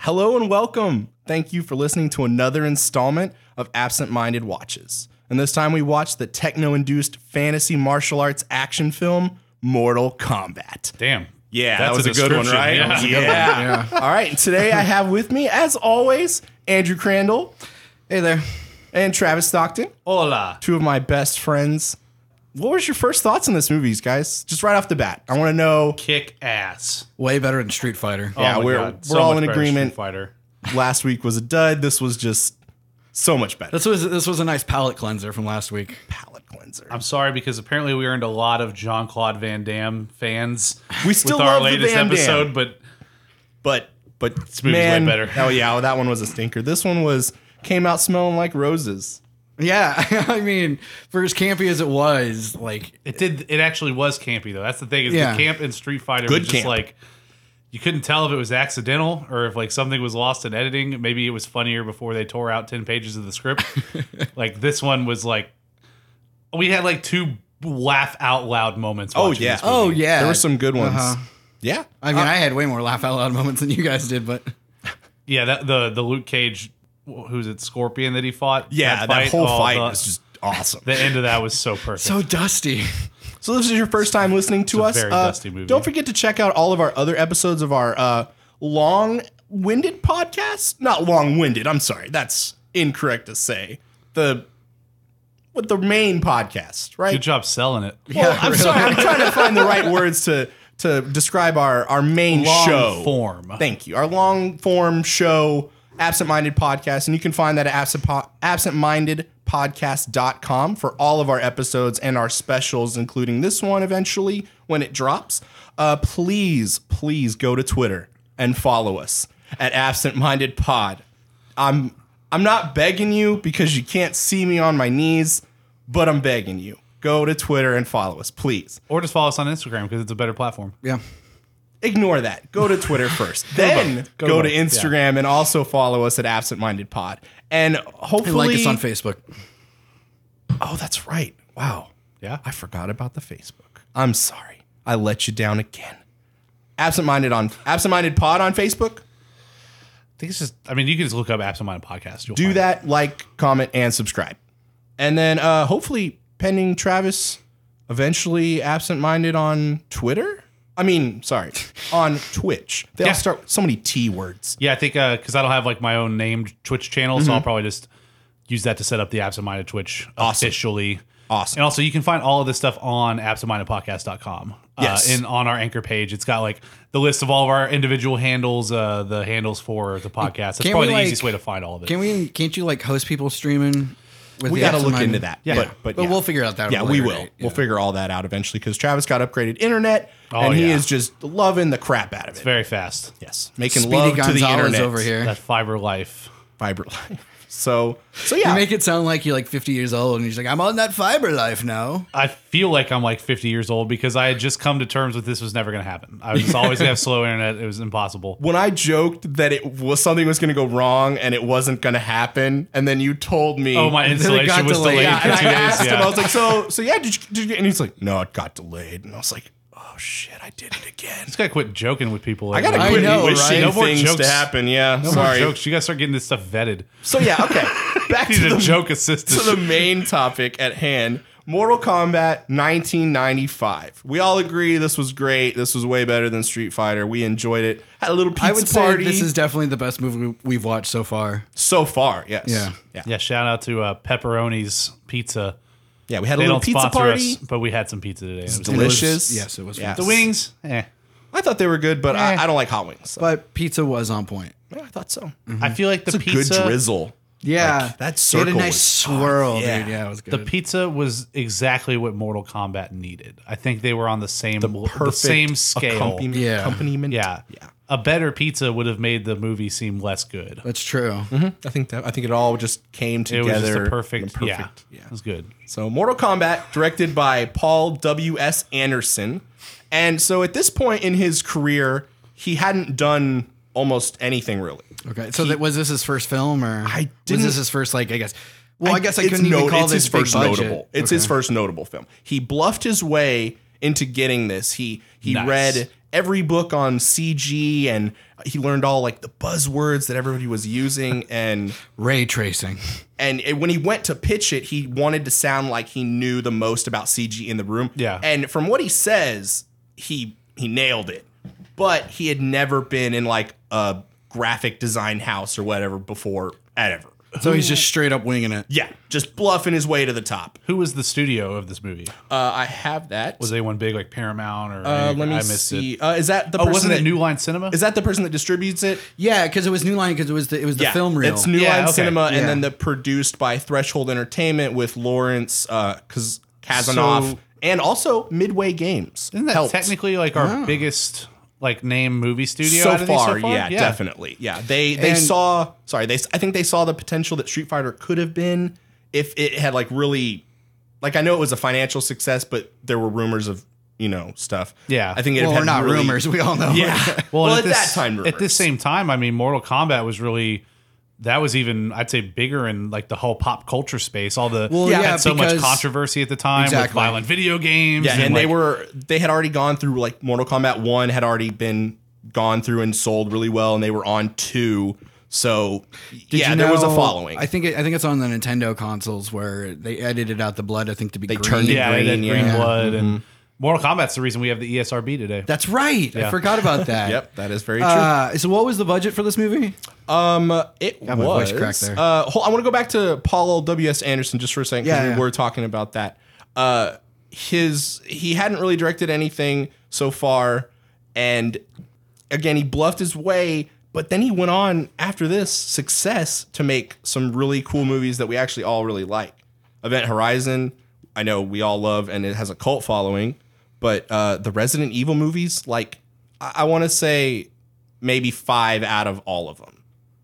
Hello and welcome. Thank you for listening to another installment of Absent Minded Watches. And this time we watched the techno induced fantasy martial arts action film, Mortal Kombat. Damn. Yeah, That's that was a, good one, description. right? Yeah. Yeah. All right. and Today I have with me, as always, Andrew Crandall. Hey there. And Travis Stockton, Hola. two of my best friends. What was your first thoughts on this movie, guys? Just right off the bat, I want to know. Kick ass. Oh Way better than Street Fighter. Yeah, my we're- we're So all much in better than agreement. Street Fighter. Last week was a dud. This was just so much better. This was this was a nice palate cleanser from last week. palate cleanser. I'm sorry because apparently we earned a lot of Jean Claude Van Damme fans We still with our love the latest Van Damme. episode, but but but movie's way man, better. Oh yeah, well, that one was a stinker. This one was came out smelling like roses. Yeah, I mean, for as campy as it was, like it did. It actually was campy though. That's the thing is Yeah. the camp in Street Fighter Good was just camp. like you couldn't tell if it was accidental or if like something was lost in editing. Maybe it was funnier before they tore out ten pages of the script. like this one was like we had like two laugh out loud moments. Oh, watching yeah. this movie. oh yeah, There were some good ones. Uh-huh. Yeah, Uh, I mean, I had way more laugh out loud moments than you guys did, but Yeah, that the the Luke Cage, wh- who's it, Scorpion that he fought. yeah. That, whole oh, fight the, was just awesome. the end of that was so perfect. so dusty. So this is your first time listening to a us. very uh, dusty movie. Don't forget to check out all of our other episodes of our uh, long-winded podcast. Not long-winded. I'm sorry, that's incorrect to say. The what the main podcast, right? Good job selling it. Well, I'm sorry. I'm trying to find the right words to to describe our our main Long show form. Thank you. Our long form show, Absent Minded Podcast, and you can find that at absent absentmindedpodcast.com for all of our episodes and our specials, including this one eventually when it drops. Uh, please, please go to Twitter and follow us at Absent Minded Pod. I'm I'm not begging you because you can't see me on my knees, but I'm begging you. Go to Twitter and follow us, please. Or just follow us on Instagram because it's a better platform. Yeah, Ignore that. Go to Twitter first. then Go go, to to both, yeah. Instagram and also follow us at Absent Minded Pod. And hopefully and like us on Facebook. Oh, that's right. Wow. Yeah. I forgot about the Facebook. I'm sorry. I let you down again. Absent Minded on Absent Minded Pod on Facebook. I think it's just. I mean, you can just look up Absent Mind Podcast. You'll Do find that, like, comment, and subscribe. And then uh hopefully pending Travis eventually absent minded on Twitter. I mean, sorry, on Twitch. They Yeah. all start with so many T words. It. Yeah, I think because I don't have like my own named Twitch channel, so Mm-hmm. I'll probably just use that to set up the Absent Minded Twitch Awesome. officially. Awesome. And also, you can find all of this stuff on absentmindedpodcast.com. Yes. Uh, and on our anchor page, it's got like the list of all of our individual handles, uh, the handles for the podcast. That's Can't probably we, the like- easiest way to find all of it. Can we? Can't you like host people streaming? With we the got to apps in look mind? into that. Yeah, But, but, yeah. we'll figure out that. Yeah, later, we will. right? We'll figure all that out eventually because Travis got upgraded internet Oh, and he yeah. is just loving the crap out of it. Very fast. yes, making Speedy love to Gonzalez the internet over here. That fiber life. Fiber line. So so You yeah, make it sound like you're like 50 years old, and you're just like, I'm on that fiber life now. I feel like I'm like 50 years old because I had just come to terms with this was never going to happen. I was just always going to have slow internet. It was impossible. when I joked that it was something was going to go wrong and it wasn't going to happen, and then you told me. Oh, my And then it installation got was delayed, delayed. Yeah, for And I two days. asked him. I Yeah. was like, so so yeah, did you, did you? And he's like, no, it got delayed. And I was like, oh shit, I did it again. Just gotta quit joking with people. I gotta I quit know, wishing right? No more things jokes. to happen. Yeah, no sorry. more jokes. You gotta start getting this stuff vetted. So yeah, okay. Back He's to a the joke assistant. to the main topic at hand Mortal Kombat 1995. We all agree this was great. This was way better than Street Fighter. We enjoyed it. Had a little pizza I would party. say this is definitely the best movie we've watched so far. so far, yes. Yeah. Yeah. yeah, shout out to uh, Pepperoni's Pizza. Yeah, we had a They little don't pizza sponsor party. us, but we had some pizza today. It was It was- Delicious. yes, it was. Yeah. The wings, eh. I thought they were good, but Eh. I, I don't like hot wings. So. But pizza was on point. yeah, I thought so. I feel like the pizza. Mm-hmm. Good drizzle. Yeah, Like, that It had circle a nice was swirl, hot. Yeah. dude. Yeah, it was good. The pizza was exactly what Mortal Kombat needed. I think they were on the same the, the Perfect same scale. accompaniment. Yeah. accompaniment. Yeah. Yeah. A better pizza would have made the movie seem less good. That's true. I think that I think it all just came It together. was just a perfect, yeah. yeah. It was good. So, Mortal Kombat, directed by Paul W.S. Anderson. And so, at this point in his career, he hadn't done almost anything really. Okay, so that was this his first film, or I didn't- was this his first like I guess? Well, I, guess I it's couldn't even no- call it's this his big first budget. notable. It's his first notable film. He bluffed his way into getting this. He he Nice. read every book on CG and he learned all like the buzzwords that everybody was using and Ray tracing. and it- when he went to pitch it, he wanted to sound like he knew the most about CG in the room. Yeah. And from what he says, he he nailed it. But he had never been in like a graphic design house or whatever before at ever. So he's just straight up winging it. Yeah, just bluffing his way to the top. Who was the studio of this movie? Uh, I have that. Was anyone big like Paramount or uh, anything? let me I missed it? see. Uh, is that the Oh, person wasn't that it New Line Cinema? Is that the person that distributes it? Yeah, because it was New Line. Because it was the it was the film reel. It's New Yeah, Line okay. Cinema, Yeah. and then the produced by Threshold Entertainment with Lawrence uh, Kaz- Kazanoff, So- and also Midway Games. Isn't that helped. technically like our biggest like name movie studio so out of these far, so far? Yeah, definitely. Yeah, they they And- saw. Sorry, they. I think they saw the potential that Street Fighter could have been if it had like really, like I know it was a financial success, but there were rumors of you know stuff. Yeah. I think it Well, had we're not really- rumors. We all know. Yeah. Well, well, and at that time, rumors. at this same time, I mean, Mortal Kombat was really that was even I'd say bigger in like the whole pop culture space. All the Well, yeah, yeah, had so much because- controversy at the time with Exactly. violent video games. Yeah, and, they like, were they had already gone through like Mortal Kombat One had already been gone through and sold really well, and they were on two. So Did yeah, you there was a know- following. I think it, I think it's on the Nintendo consoles where they edited out the blood. I think to be they green. turned it yeah, they had green, green yeah. Mm-hmm. blood and Mortal Kombat's the reason we have the E ESRB today. That's right. I forgot about that. yep, that is very true. Uh, so what was the budget for this movie? it my was. voice cracked there. Uh, hold, I want to go back to Paul W. S. Anderson just for a second because Yeah, we yeah. were talking about that. Uh, his he hadn't really directed anything so far, and again he bluffed his way. But then he went on after this success to make some really cool movies that we actually all really like. Event Horizon, I know we all love, and it has a cult following. But uh, the Resident Evil movies, like I, I want to say, maybe five out of all of them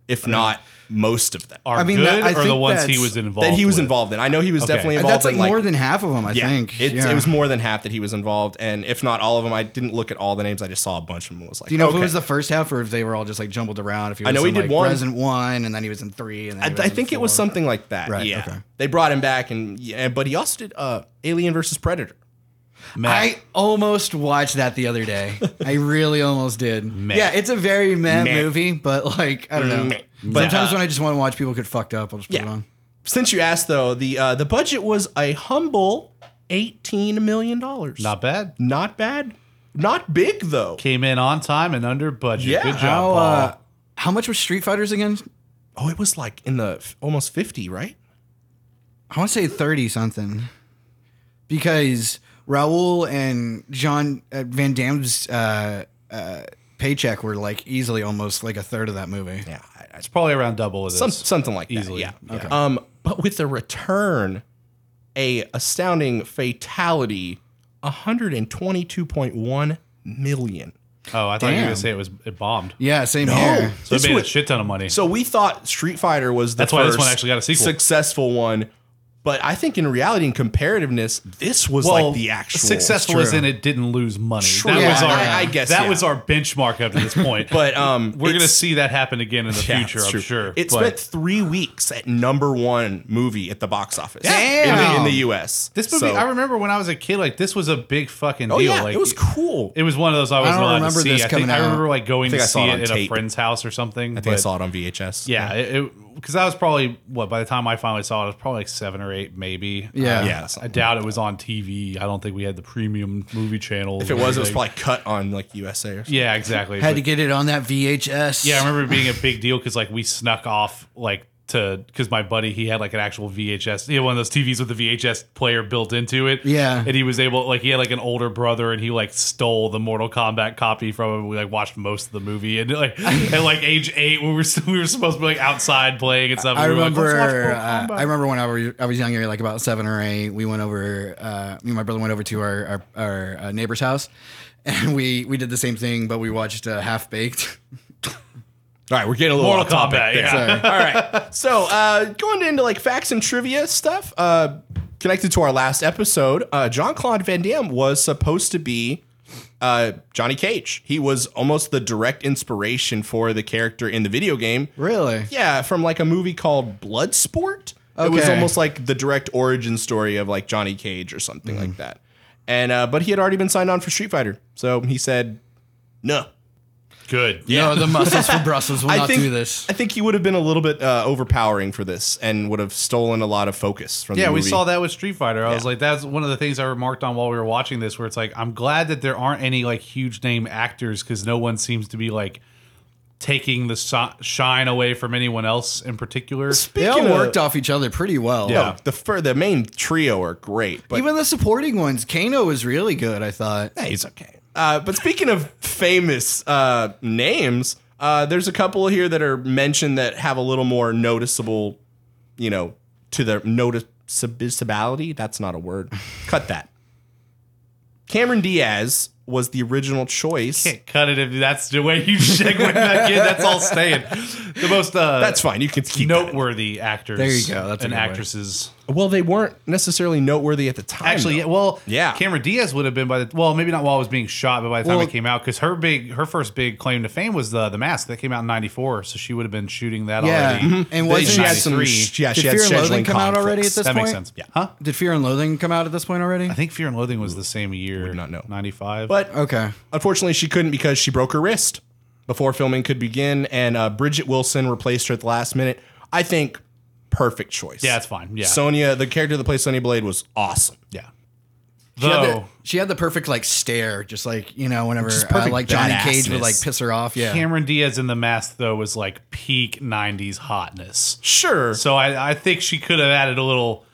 if not most of them Are I mean, good that- I or the think ones he that's- was involved that he was with? involved in. I know he was definitely involved. That's like in, like more than half of them, I yeah, think. It, Yeah. it was more than half that he was involved, and if not all of them, I didn't look at all the names. I just saw a bunch of them. and Was like, Do you know if okay. it was the first half or if they were all just like jumbled around? If he was I know he in, did like, one. Resident One, and then he was in three, and then I, he was I in think it was four. something like that. Right, Yeah, okay. they brought him back, and yeah, but he also did uh, Alien versus Predator. Matt, I almost watched that the other day. I really almost did. Yeah, it's a very meh Meh. movie, but like I don't know. Meh. But, Sometimes uh, when I just want to watch people get fucked up, I'll just put Yeah. it on. Since you asked, though, the uh, the budget was a humble eighteen million dollars. not bad. not bad, not big though. Came in on time and under budget. Yeah. Good job, How Paul. uh, how much was Street Fighters again? Oh, it was like in the f- almost fifty, right? I want to say thirty something, because Raul and John uh, Van Damme's uh, uh, paycheck were like easily almost like a third of that movie. Yeah, I- I it's probably around double of this. Some, something like Easily. that. Yeah. Um, but with the return, a astounding fatality, 122.1 million. Oh, oh, I thought you were gonna Damn. say it was it bombed. Yeah, same here. So it This made a was- shit ton of money. so we thought Street Fighter was the That's why this first one actually got a sequel. successful one. But I think in reality and comparativeness, this was well, like the actual successful True. as in it didn't lose money. True. That was Yeah, our, I- I guess, that yeah. was our benchmark up to this point. But um, we're gonna it's- see that happen again in the yeah, future. it's I'm true. sure. It but spent three weeks at number one movie at the box office in, the, Damn. in the U.S. this movie, So- I remember when I was a kid, like this was a big fucking oh deal. yeah, like it was cool. it was one of those I wasn't don't allowed to remember see. this I think coming I remember out. like going think to I saw see it it on at a tape. friend's house or something. I think I saw it on VHS. Yeah, it because I was probably what by the time I finally saw it, it was probably like seven or eight, maybe. Yeah. Uh, Yeah, I something doubt it was on TV. I don't think we had the premium movie channel. If it was, it was probably cut on like USA or something. yeah, exactly. Had But- to get it on that VHS. Yeah, I remember it being a big deal because like we snuck off like to because my buddy he had like an actual VHS, he had one of those TVs with the VHS player built into it. Yeah. and he was able like he had like an older brother and he like stole the Mortal Kombat copy from him. We like watched most of the movie and like at like age eight we were still, we were supposed to be like outside playing and stuff. I and we were like, remember. "Let's watch Mortal uh, Kombat." I remember when I was I was younger, like about seven or eight. We went over. Uh, me and my brother went over to our our, our uh, neighbor's house, and we we did the same thing, but we watched uh, Half Baked. All right, we're getting a little Mortal off topic Kombat. there. Yeah. Sorry. All right, so uh, going into like facts and trivia stuff, uh, connected to our last episode, uh, John Claude Van Damme was supposed to be uh, Johnny Cage. He was almost the direct inspiration for the character in the video game. really? Yeah, from like a movie called Bloodsport. It was Okay. Mm. almost like the direct origin story of like Johnny Cage or something like that. and uh, but he had already been signed on for Street Fighter, so he said no. Good. No, the muscles for Brussels will I not think do this. I think he would have been a little bit uh, overpowering for this, and would have stolen a lot of focus from. Yeah, the we movie. saw that with Street Fighter. I was like, that's one of the things I remarked on while we were watching this, where it's like, I'm glad that there aren't any like huge name actors because no one seems to be like taking the so- shine away from anyone else in particular. They Speaking all worked of, off each other pretty well. Oh, yeah, the fir- the main trio are great, but Even the supporting ones, Kano was really good. I thought. Yeah, he's okay. Uh, but speaking of famous uh, names, uh, there's a couple here that are mentioned that have a little more noticeable, you know, to their noticeability. That's not a word. Cut that. Cameron Diaz was the original choice. Can't cut it if that's the way you shake with that kid. That's all staying. The most uh, That's fine. You can keep that. noteworthy actors. There you go. That's a and good word. actresses. Well, they weren't necessarily noteworthy at the time. Actually, yeah, though. well, Yeah. Cameron Diaz would have been by the well, maybe not while it was being shot, but by the time Well- it came out, because her big, her first big claim to fame was the the mask that came out in '94, so she would have been shooting that Yeah, Mm-hmm. already. mhm. and was she had some. 93. Yeah, she Did had Fear and Loathing scheduling come out already at conflicts. this that makes point? sense. Yeah, huh? Did Fear and Loathing come out at this point already? I think Fear and Loathing was the same year. Would not know. '95, But Okay. Unfortunately, she couldn't because she broke her wrist before filming could begin, and uh, Bridget Wilson replaced her at the last minute. I think perfect choice. yeah, it's fine. Yeah, Sonia, the character that plays Sonya Blade, was awesome. yeah. She had, the, Though she had the perfect like stare, just like you know, whenever uh, perfect like Johnny Cage badassness. would like piss her off. Yeah, Cameron Diaz in the mask though was like peak '90s hotness. Sure. So I, I think she could have added a little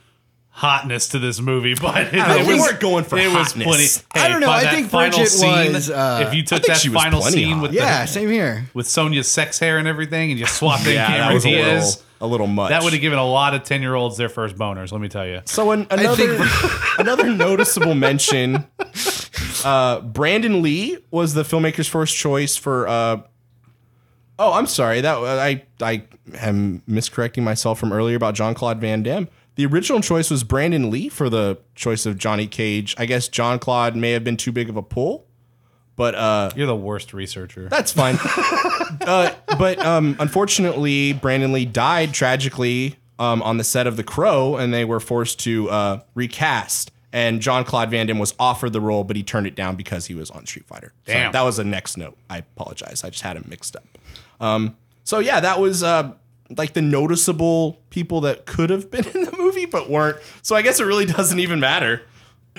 hotness to this movie, but it, don't know, it we was- weren't going for hotness. I don't know, by I that think final Bridget scene, was, uh, if you took think that she was final plenty scene hot. with yeah, the, same here. with Sonia's sex hair and everything, and you swapped in yeah, that Cameron was a Diaz, little, a little much. that would have given a lot of ten year olds their first boners. Let me tell you. So an, another another noticeable mention. Uh, Brandon Lee was the filmmaker's first choice for. Uh, oh, I'm sorry. That I I am miscorrecting myself from earlier about John Claude Van Damme. The original choice was Brandon Lee for the choice of Johnny Cage. I guess John Claude may have been too big of a pull, but uh, You're the worst researcher. that's fine. uh, but um, unfortunately, Brandon Lee died tragically um, on the set of The Crow, and they were forced to uh, recast. And John Claude Van Damme was offered the role, but he turned it down because he was on Street Fighter. So Damn. that was the next note. I apologize. I just had him mixed up. Um, so yeah, that was uh, like the noticeable people that could have been in the movie but weren't. So I guess it really doesn't even matter.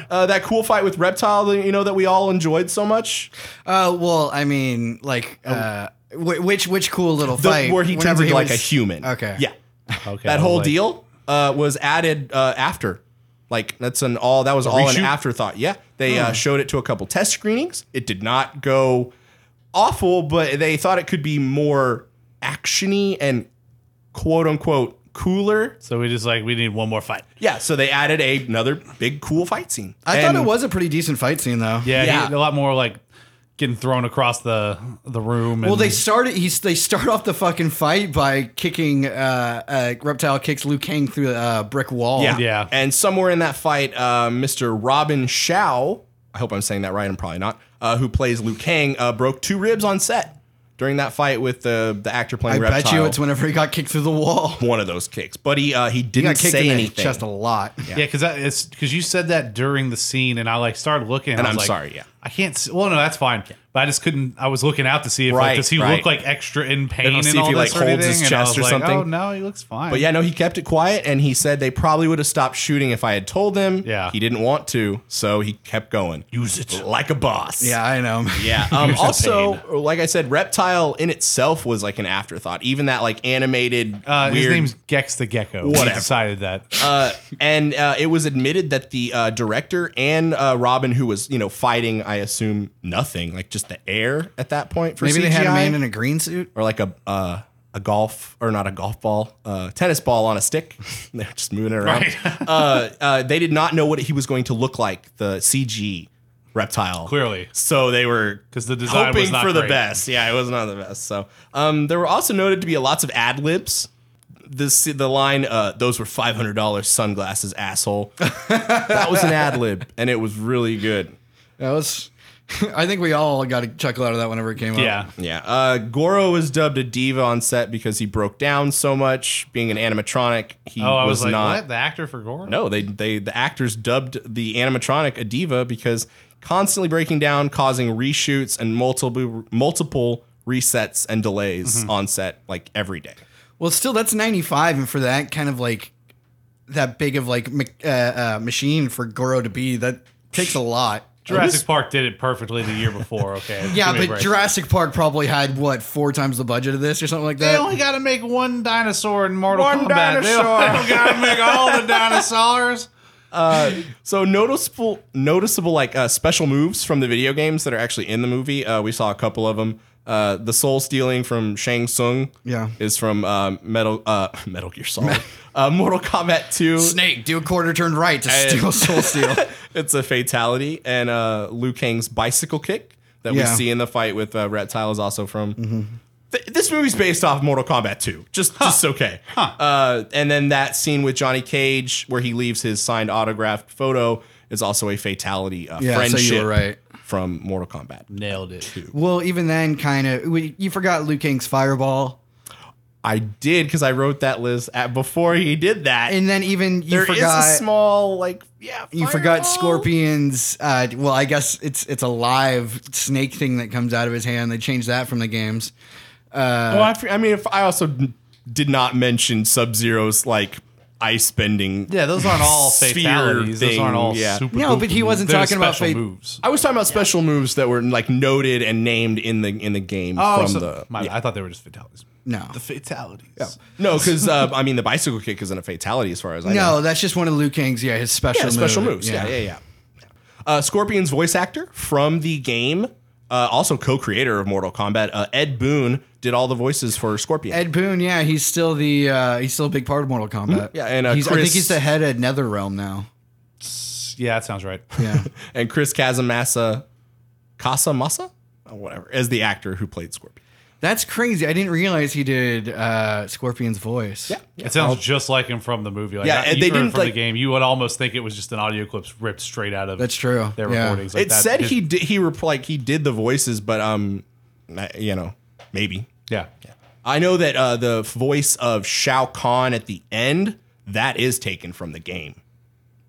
Uh, that cool fight with Reptile, you know, that we all enjoyed so much. Uh, well, I mean, like, uh, whi- which which cool little Oh. the- fight where he turns whenever into like a was- human. Okay. Yeah. Okay, That I was whole like, deal uh, was added uh, after. Like that's an all that was all an reshoot? afterthought. Yeah. They Hmm. uh, showed it to a couple test screenings. It did not go awful, but they thought it could be more actiony and quote unquote cooler. So we just like we need one more fight. Yeah, so they added a, another big cool fight scene. I And- thought it was a pretty decent fight scene though. Yeah, Yeah. he- a lot more like getting thrown across the the room. And Well, they started. He's they start off the fucking fight by kicking. Uh, uh, reptile kicks Liu Kang through a uh, brick wall. Yeah. Yeah. And somewhere in that fight, uh, Mr. Robin Shao, I hope I'm saying that right, I'm probably not, uh, who plays Liu Kang, uh, broke two ribs on set during that fight with the, the actor I playing Reptile. bet you it's whenever he got kicked through the wall. one of those kicks. But he, uh, he He didn't got kicked say in the anything. chest a lot. Yeah, because it's because you said that during the scene, and I like started looking, and I was I'm like, sorry, yeah. I can't. See, well, no, that's fine, but I just couldn't. I was looking out to see if Right, like, does he right. look like extra in pain I'll and see if all he, this like, or holds his anything? And I chest was or like, something. Oh no, he looks fine. but yeah, no, he kept it quiet and he said they probably would have stopped shooting if I had told them. Yeah. He didn't want to, so he kept going. Use it. Like a boss. Yeah, I know. Yeah. Um, the also, like I said, Reptile in itself was like an afterthought. Even that like animated uh, weird his name's Gex the Gecko. We Whatever. decided that. uh, and uh, it was admitted that the uh, director and uh, Robin, who was you know fighting, I assume nothing like just the air at that point for Maybe CGI, they had a man in a green suit. or like a uh, a golf or not a golf ball, uh, tennis ball on a stick. They're just moving it around. Right. uh, uh, they did not know what he was going to look like. The CG reptile Clearly, so they were 'Cause the design hoping was not for the great. best. Yeah, it was not the best. So um, there were also noted to be a lots of ad libs. This the line uh, those were five hundred dollars sunglasses asshole. that was an ad lib, and it was really good. That was I think we all got a chuckle out of that whenever it came up. Yeah. Yeah. Uh, Goro was dubbed a diva on set because he broke down so much. Being an animatronic, he Oh, I was, was, like, not. what? The actor for Gore? No, they they the actors dubbed the animatronic a diva because constantly breaking down, causing reshoots and multiple multiple resets and delays Mm-hmm. on set like every day. Well, still, that's 95. And for that kind of like that big of like ma- uh, uh, machine for Goro to be, that takes a lot. Jurassic Park did it perfectly the year before. Okay. Yeah, Give me a but break. Jurassic Park probably had what four times the budget of this or something like They that. only got to make one dinosaur in Mortal One Kombat. They don't- dinosaur. They don't got to make all the dinosaurs. So noticeable, noticeable like uh, special moves from the video games that are actually in the movie. Uh, we saw a couple of them. Uh, the soul stealing from Shang Tsung Yeah. is from uh, Metal uh, Metal Gear Solid, uh, Mortal Kombat Two. Snake, do a quarter turn right to steal Soul Steel. It's a fatality, and uh, Liu Kang's bicycle kick that we Yeah. Mm-hmm. see in the fight with uh, Reptile is also from. Th- this movie's based off Mortal Kombat 2. Just, just okay. Uh, and then that scene with Johnny Cage where he leaves his signed autographed photo is also a fatality uh, Yeah, so friendship you were right. from Mortal Kombat. Nailed it. Well, even then, kind of, you forgot Liu Kang's fireball, I did because I wrote that list at, before he did that. and then even you there is forgot a small like yeah. you forgot fireball. Scorpion's. Uh, well, I guess it's it's a live snake thing that comes out of his hand. They changed that from the games. Well, I, f- I mean, if I also d- did not mention Sub Zero's like ice bending. Yeah, those aren't all Sphere fatalities. Those thing, aren't all yeah. super. No, but he goofy wasn't moves. They're talking about special fate- moves. I was talking about special moves that were like noted and named in the in the game Oh, from so- the my, I thought they were just fatalities. No, fatalities. no, because uh, I mean the bicycle kick isn't a fatality as far as I know. no, that's just one of Liu Kang's. Yeah, his special yeah, special move. moves. Yeah, yeah, yeah. Uh, Scorpion's voice actor from the game, uh, also co-creator of Mortal Kombat, uh, Ed Boon did all the voices for Scorpion. Ed Boon, yeah, he's still the uh, he's still a big part of Mortal Kombat. Yeah, and, uh, he's, I Chris- think he's the head of NetherRealm now. Yeah, that sounds right. Yeah, and Chris Casamassa, Casamassa, oh, whatever, as the actor who played Scorpion. that's crazy. I didn't realize he did uh, Scorpion's voice. Yeah, yeah. It sounds just like him from the movie. Like, Yeah, I- and you- they or didn't, from like- the game. You would almost think it was just an audio clips ripped straight out of that's true. their yeah. recordings. Like it that's said his- he did, he rep- like he did the voices, but um, I- you know, maybe. Yeah. I know that uh, the voice of Shao Kahn at the end that is taken from the game.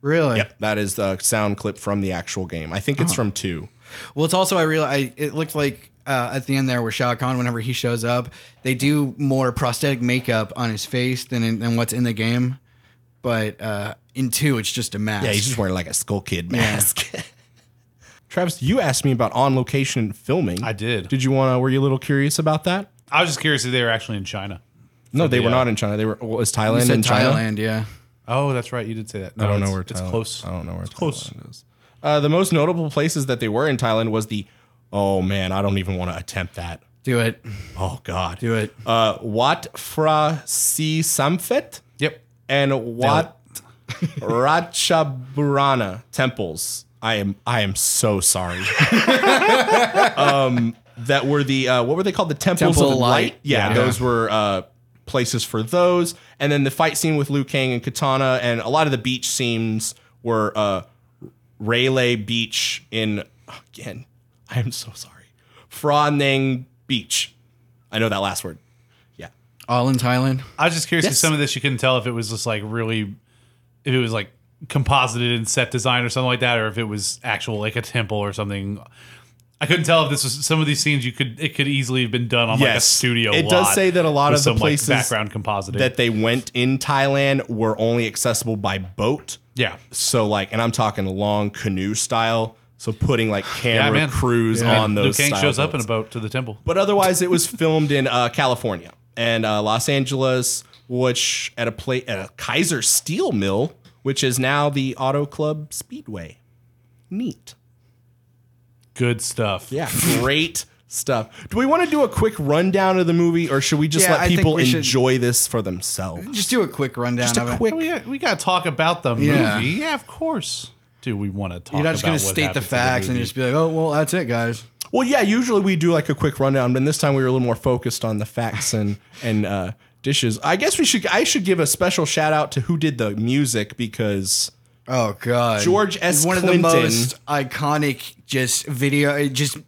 Really? Yep, Uh-huh. that is the sound clip from the actual game. I think it's from two. Well, it's also I realized it looked like uh, at the end there with Shao Kahn. Whenever he shows up, they do more prosthetic makeup on his face than in, than what's in the game. But uh, in two, it's just a mask. Yeah, he's just wearing like a Skull Kid mask. Travis, you asked me about on location filming. I did. Did you want to? Were you a little curious about that? I was just curious if they were actually in China. No, they were uh, not in China. They were well, is You Thailand said in China? Thailand. Yeah. Oh, that's right. You did say that. No, I don't know it's- where it's Thailand- close. I don't know where it's close. is. Uh, the most notable places that they were in Thailand was the. Oh man, I don't even want to attempt that. Do it. Oh god. Do it. Uh, Wat Phra Si Samphit Yep. and Wat Ratchaburana temples. I am I am so sorry. um, that were the uh, what were they called? The temples Temple of of light. Light. Yeah, Yeah. those were uh, places for those. And then the fight scene with Liu Kang and Katana, and a lot of the beach scenes were uh, Rayleigh Beach in again. I am so sorry, Phra Nang Beach. I know that last word. Yeah. All in Thailand. I was just curious Yes. if some of this you couldn't tell if it was just like really, if it was like composited in set design or something like that, or if it was actual like a temple or something. I couldn't tell if this was some of these scenes you could it could easily have been done on like a Yes. studio. It does lot say that a lot with of the some, like, places background compositing. that they went in Thailand were only accessible by boat. yeah, So like, and I'm talking long canoe style. So putting like camera man. crews on those. Luke Kang style shows up in boats. a boat to the temple. But otherwise, it was filmed in uh, California and uh, Los Angeles, which at a play at a Kaiser Steel Mill, which is now the Auto Club Speedway. Neat. Good stuff. Yeah, great stuff. Do we want to do a quick rundown of the movie, or should we just Yeah, let I think people we should- enjoy this for themselves? Just do a quick rundown Just of a it. quick We got, we got to talk about the Yeah. movie. Yeah, of course. Do we want to talk? You're not just about gonna what state the happens in facts and movie? just be like, oh well, that's it, guys. Well, yeah, usually we do like a quick rundown, but this time we were a little more focused on the facts and and uh, dishes. I guess we should. I should give a special shout out to who did the music because Oh god, George S. One Clinton. of the most iconic, just video, just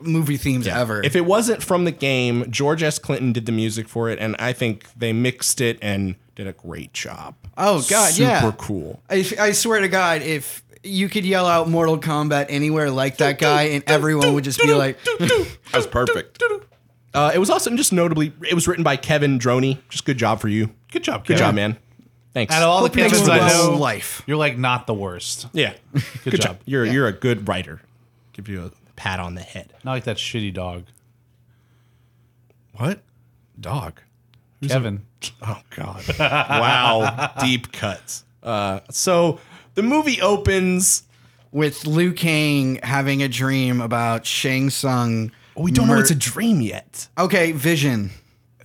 movie themes ever. If it wasn't from the game, George S. Clinton did the music for it, and I think they mixed it and did a great job. Oh, God, super yeah. cool. I, I swear to God, if you could yell out Mortal Kombat anywhere like that guy, and everyone would just be like, That was perfect. Uh, it was also just notably, it was written by Kevin Droney. Just good job for you. Good job, Good Kevin. job, man. Thanks. Out of all the Thanks Kevins for I this. know, life. you're like not the worst. yeah, Good, good job. job. You're you're a good writer. Give you a pat on the head. Not like that shitty dog, What dog? Kevin. Oh God! wow, deep cuts. Uh, so the movie opens. with Liu Kang having a dream about Shang Tsung. Oh, We don't know mur- it's a dream yet. okay vision.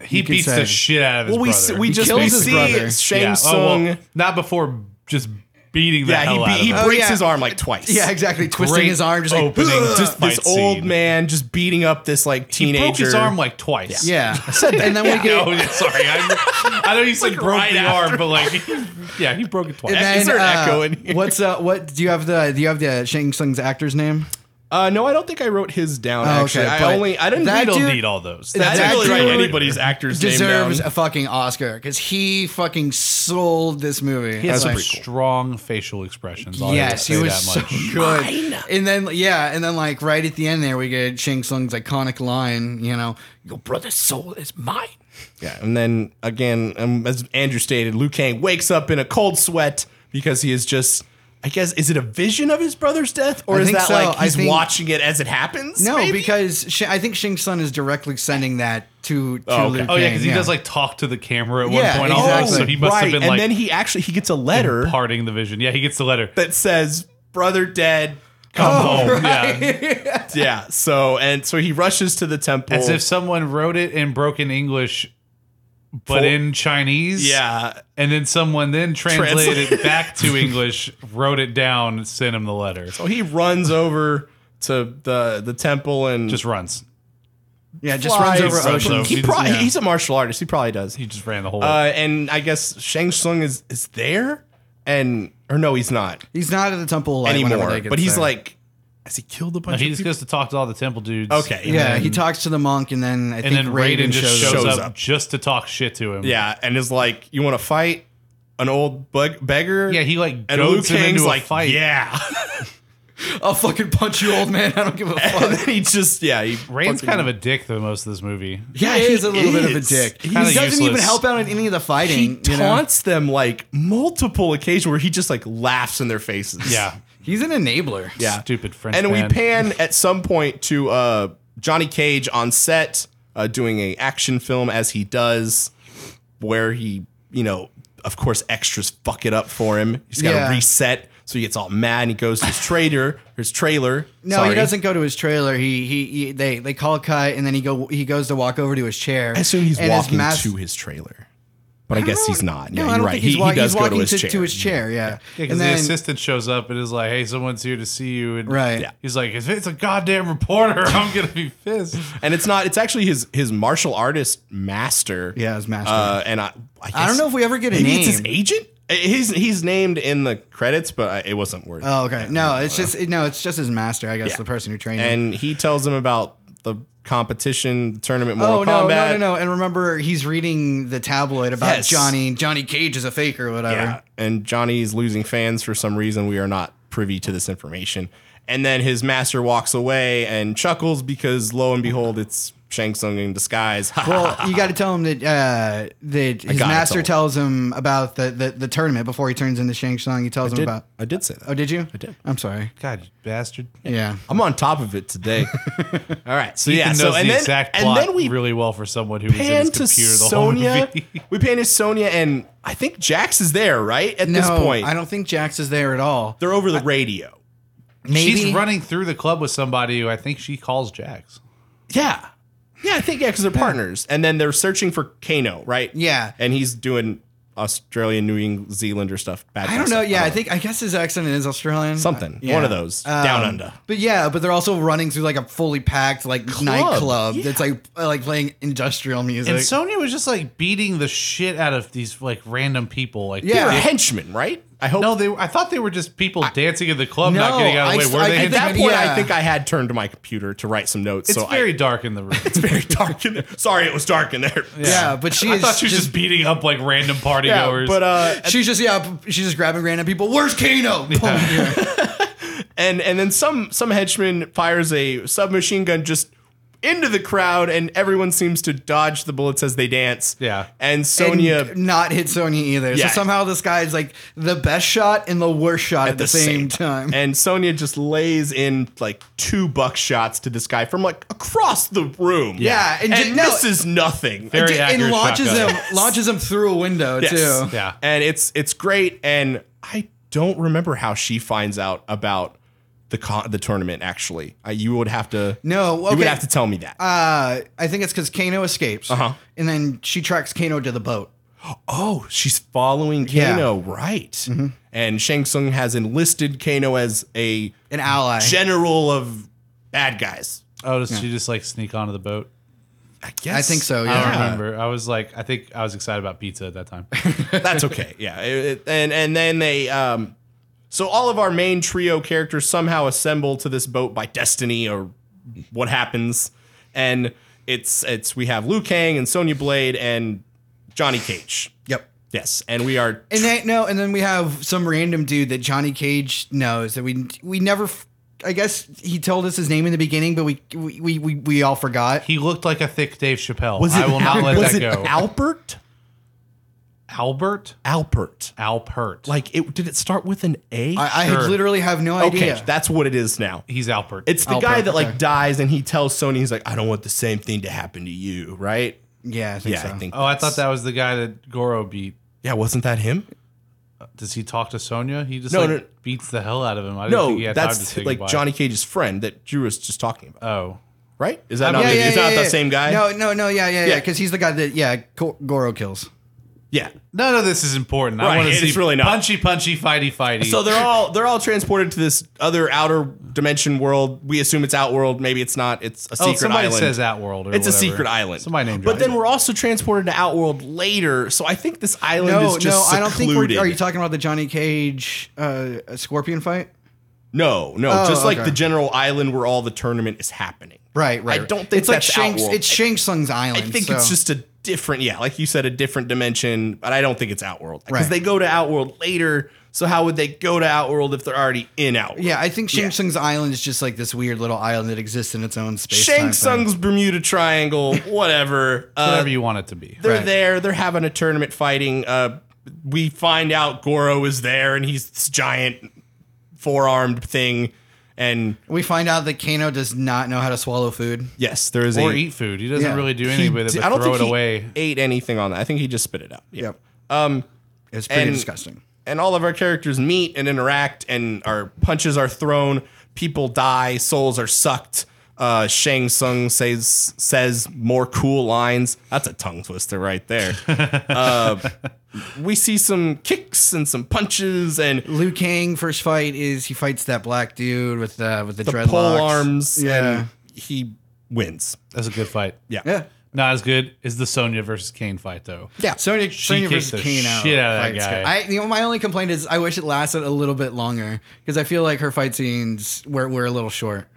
He can beats say. the shit out of his Well, we brother. see, we He just kills we his see brother. Shang Yeah, oh, well, Tsung. not before just beating the hell out yeah, he, of be- he him. breaks yeah. his arm like twice. Yeah, exactly. Twisting Great his arm, just like opening just fight this old scene. man just beating up this like He teenager. broke his arm like twice. yeah. And then we get Oh, yeah, sorry. I, I know you said broke right the after. arm, but like, yeah, he broke it twice. and Is there then, an uh, echo in here? What's uh what do you have the do you have the Shang Tsung's actor's name? uh, no, I don't think I wrote his down. actually, okay, but I only I didn't read that we all- don't dude- need all those. I that didn't really write dude anybody's actor's Deserves name um, a fucking Oscar because he fucking sold this movie. He had some Like, strong facial expressions. I'll Yes, say he was that so much. good. And then yeah, and then like right at the end there we get Shang Tsung's iconic line, you know, your brother's soul is mine. down. Yeah, and then again, um, as Andrew stated, Liu Kang wakes up in a cold sweat because he is just. I guess is it a vision of his brother's death, or I is think that so. like I he's think- watching it as it happens? No, maybe? because Sh- I think Shang Tsung is directly sending that to to Oh, okay. Liu Oh yeah, Kang, because he does like talk to the camera at one Yeah, point. Also, exactly. so he must Oh, right. have been and like then he actually he Oh, gets a letter parting the vision. Yeah, he gets the letter. that says "brother dead." Come home. oh, Yeah. Yeah. So and so he rushes to the temple. As if someone wrote it in broken English, but Full- in Chinese. yeah, And then someone then translated Translate- it back to English, wrote it down, sent him the letter. So he runs over to the the temple and Just runs. yeah, just runs flies. over Runs oceans. over. He He pro- just- yeah. He's a martial artist. He probably does. He just ran the whole. Uh, and I guess Shang Tsung is is there, and or no, he's not He's not at the temple like, whenever anymore. they get But he's there. like, has he killed a bunch he of just people? goes to talk to all the temple dudes. Okay. and yeah, then- he talks to the monk, and then I And think then Raiden, Raiden, just shows, shows. up. shows up up. just to talk shit to him. yeah, and is like, you want to fight an old bug- beggar? Yeah, he like and goads Liu him Kang's into like, a fight. yeah. I'll fucking punch you, old man. I don't give a and then fuck. he just yeah, he Raiden's kind of a dick for most of this movie. yeah, he he's a little bit of a is. dick. He He's doesn't even useless. help out in any of the fighting. he you know? taunts them like multiple occasions where he just like laughs in their faces. Yeah. He's an enabler. Yeah. Stupid French and man. we pan at some point to uh, Johnny Cage on set uh, doing a action film as he does, where he, you know, of course, extras fuck it up for him. He's got to Yeah. reset, so he gets all mad and he goes to his trader, his trailer. No, sorry. he doesn't go to his trailer. He, he he they they call a cut, and then he go he goes to walk over to his chair. I assume he's and his walking mas- to his trailer, but I, guess he's not. yeah, No, I you're don't right. think he, he's, he walk- does he's go walking to his chair. to his chair. Yeah, Because and the then assistant shows up and is like, "Hey, someone's here to see you." And Right. Yeah. he's like, "If it's a goddamn reporter, I'm gonna be pissed." and it's not. It's actually his his martial artist master. Yeah, his master. Uh, and I, I, guess, I don't know if we ever get a maybe it's his name. agent. Uh, He's he's named in the credits, but I, it wasn't worth. it. oh okay, no, it's just no, it's just his master. I guess the person who trained him. and he tells him about the competition, the tournament, Mortal Oh no, Kombat. no, no, no! And remember, he's reading the tabloid about Yes. Johnny. Johnny Cage is a faker, or whatever. Yeah. And Johnny's losing fans for some reason. We are not privy to this information. And then his master walks away and chuckles because lo and behold, it's Shang Tsung in disguise. Well, you got to tell him that uh, that his gotta master tell tells him about the, the, the tournament before he turns into Shang Tsung. He tells him Did- about. I did say that. Oh, did you? I did. I'm sorry. God, you bastard! Yeah. I'm on top of it today. All right. So yeah. Ethan So knows and the then, exact and plot then we really well for someone who was in pan his to computer the whole Sonya. movie. we pan to Sonya, and I think Jax is there, right? At No, this point, I don't think Jax is there at all. they're over the radio. Maybe She's running through the club with somebody who I think she calls Jax. Yeah. Yeah, I think yeah, because they're partners, and then they're searching for Kano, right? Yeah. and he's doing Australian, New Zealander stuff. Bad I guy don't know. stuff. Yeah, I think I guess his accent is Australian. something. Yeah. One of those down Um, under. But yeah, but they're also running through like a fully packed like nightclub yeah. that's like like playing industrial music. And Sonya was just like beating the shit out of these like random people. Like Yeah. They're henchmen, right? I hope No, they. I thought they were just people dancing in the club, No, not getting out of the I- way. Were I- they? I at in- think that point yeah. I think I had turned to my computer to write some notes. it's so very I, dark in the room. it's very dark in there. Sorry, it was dark in there. Yeah, but she I is thought she was just, just, beating up like random partygoers. Yeah, but uh, she's just yeah, p- she's just grabbing random people. Where's Kano? and and then some some henchman fires a submachine gun just into the crowd, and everyone seems to dodge the bullets as they dance. Yeah. and Sonya And not hit Sonya either. Yeah. So somehow this guy is like the best shot and the worst shot at, the, same, time. and Sonya just lays in like two buck shots to this guy from like across the room. Yeah, and, and ju- no- misses nothing. Very and, and accurate launches shotgun. him launches him through a window Yes. too. Yeah. And it's it's great and I don't remember how she finds out about the con- the tournament actually. I, you would have to No, You would okay. have to tell me that. Uh, I think it's because Kano escapes, Uh-huh. and then she tracks Kano to the boat. oh, she's following Yeah. Kano, right? And Shang Tsung has enlisted Kano as a An ally. general of bad guys. oh, does she just like sneak onto the boat? I guess. Uh, I think so. Ah. I don't Yeah. remember. I was like, I think I was excited about pizza at that time. That's okay. Yeah. It- it- and and then they um so all of our main trio characters somehow assemble to this boat by destiny or what happens. And it's it's we have Liu Kang and Sonya Blade and Johnny Cage. Yep. Yes. And we are And then no, and then we have some random dude that Johnny Cage knows that we we never. f- I guess he told us his name in the beginning, but we we we, we, we all forgot. He looked like a thick Dave Chappelle. I will not let was that it go. Albert? Albert? Alpert. Alpert. Like Like it did it start with an A? I, I Sure. literally have no okay, idea. Oh, that's what it is now. he's Alpert. It's the Alpert, guy that like okay. dies and he tells Sony he's like, I don't want the same thing to happen to you, right? yeah, I think Yeah, so. I think oh, I that's- thought that was the guy that Goro beat. Yeah, wasn't that him? Does he talk to Sonya? He just No, like, no. beats the hell out of him. I didn't think he No, had time to that's say like goodbye. Johnny Cage's friend that Drew was just talking about, Oh. right? Is that not, yeah, the, yeah, is yeah, that yeah. the same guy? No, no, no, yeah, yeah, yeah, Yeah. because he's the guy that yeah Go- Goro kills. Yeah. None of this is important. Right, I want to it's see really not. punchy, punchy, fighty, fighty. So they're all they're all transported to this other outer dimension world. We assume it's outworld. Maybe it's not. It's a oh, secret somebody island. says Outworld. Or it's a whatever. secret island. Somebody named. But it. then we're also transported to outworld later. So I think this island No, is just no, I don't think secluded. we're. Are you talking about the Johnny Cage uh, scorpion fight? no, no, Oh, just like okay. the general island where all the tournament is happening. Right, I right. don't think it's that's like Shang, Outworld. It's Shang Tsung's I island. think so- it's just a different, yeah, like you said, a different dimension, but I don't think it's Outworld because Right. they go to Outworld later. So how would they go to Outworld if they're already in Outworld? Yeah, I think Shang Yeah. Tsung's island is just like this weird little island that exists in its own space. Shang Tsung's Bermuda Triangle, whatever. Uh, whatever you want it to be. they're Right. there. They're having a tournament fighting. Uh, we find out Goro is there, and he's this giant four-armed thing. And We find out that Kano does not know how to swallow food. yes, there is Or a. eat food. He doesn't Yeah. really do he anything with it d- but throw it he away. ate anything on that. I think he just spit it out. Yeah. Um, It's pretty And- disgusting. and all of our characters meet and interact and our punches are thrown people die souls are sucked uh, Shang Tsung says says more cool lines. That's a tongue twister right there. uh, we see some kicks and some punches and Liu Kang first fight is he fights that black dude with the with the, dreadlocks. pole arms. Yeah. and he wins. That's a good fight. Yeah, Yeah. Not as good as the Sonya versus Kane fight though. Yeah, Sonya, Sonya kicked versus the Kano. shit out of that fights guy. good. I, you know, my only complaint is I wish it lasted a little bit longer because I feel like her fight scenes were, were a little short.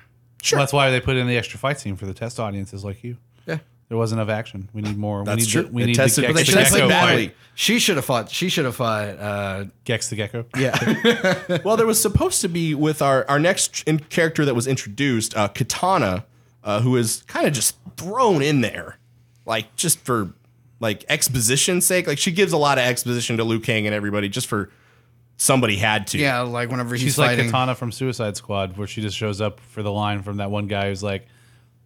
Sure. That's why they put in the extra fight scene for the test audiences like you. Yeah, There wasn't enough action. We need more. we That's need true. The, we They need tested- the but they Gex, the tested Gecko badly. fight. she should have fought. She should have fought. Uh, Gex the Gecko. yeah, Well, there was supposed to be with our our next in character that was introduced, uh, Katana, uh, who is kind of just thrown in there, like just for like exposition's sake. Like she gives a lot of exposition to Liu Kang and everybody just for somebody had to. yeah. Like whenever he's She's like fighting. Katana from Suicide Squad, where she just shows up for the line from that one guy who's like,